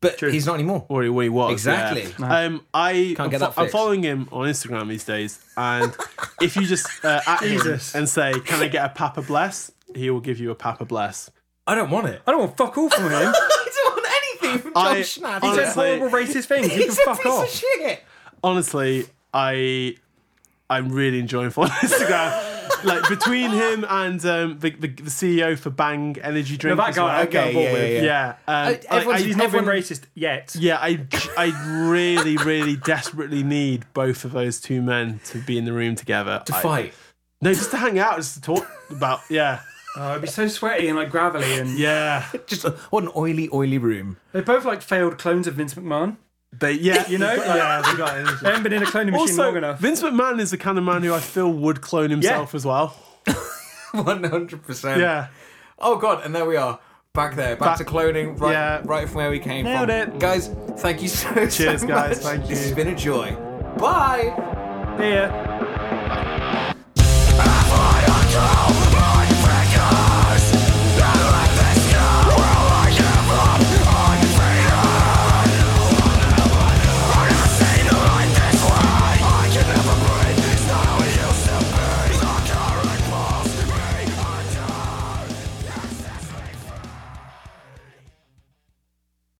Speaker 4: But he's not anymore.
Speaker 5: where he, where he was.
Speaker 4: Exactly.
Speaker 5: yeah. Um, I
Speaker 4: Can't
Speaker 5: I'm,
Speaker 4: get
Speaker 5: fo-
Speaker 4: that
Speaker 5: I'm
Speaker 4: fixed.
Speaker 5: following him on Instagram these days, and if you just uh, at him
Speaker 1: Jesus.
Speaker 5: and say, "Can I get a Papa Bless?" He will give you a Papa Bless.
Speaker 4: I don't want it.
Speaker 1: I don't want fuck all from him.
Speaker 4: I don't want anything from John
Speaker 5: I-
Speaker 4: Schnapp.
Speaker 5: He's
Speaker 1: He says
Speaker 5: Honestly.
Speaker 1: horrible racist things. He can
Speaker 4: He's a
Speaker 1: fuck
Speaker 4: piece of
Speaker 1: off.
Speaker 4: shit.
Speaker 5: honestly, I I'm really enjoying following Instagram. like between him and um, the, the the CEO for Bang Energy Drink.
Speaker 1: that
Speaker 5: as
Speaker 1: guy,
Speaker 5: well.
Speaker 1: I'd go on
Speaker 4: Okay,
Speaker 1: board
Speaker 4: yeah,
Speaker 1: with.
Speaker 4: yeah,
Speaker 5: Yeah, um, I-
Speaker 4: everyone's-
Speaker 5: I-
Speaker 1: He's not been
Speaker 4: Everyone-
Speaker 1: racist yet.
Speaker 5: yeah, I I really really desperately need both of those two men to be in the room together
Speaker 4: To
Speaker 5: I-
Speaker 4: fight.
Speaker 5: No, just to hang out, just to talk about. Yeah,
Speaker 1: Oh, it'd be so sweaty and like gravelly, and
Speaker 5: yeah,
Speaker 4: Just uh, what an oily, oily room.
Speaker 1: they're both like failed clones of Vince McMahon.
Speaker 5: they yeah
Speaker 1: You know,
Speaker 5: yeah.
Speaker 1: like, they haven't been in a cloning machine
Speaker 5: Also,
Speaker 1: long enough.
Speaker 5: Vince McMahon is the kind of man who I feel would clone himself as well.
Speaker 4: One hundred percent.
Speaker 5: Yeah.
Speaker 4: Oh god, and there we are. Back there, back,
Speaker 5: Back-
Speaker 4: to cloning, right,
Speaker 5: yeah.
Speaker 4: right from where we came
Speaker 1: Nailed
Speaker 4: from.
Speaker 1: it.
Speaker 4: Guys, thank you so so
Speaker 5: Cheers,
Speaker 4: much.
Speaker 5: guys, thank
Speaker 4: This has
Speaker 5: you.
Speaker 4: been a joy. Bye.
Speaker 1: Yeah.
Speaker 3: Am I on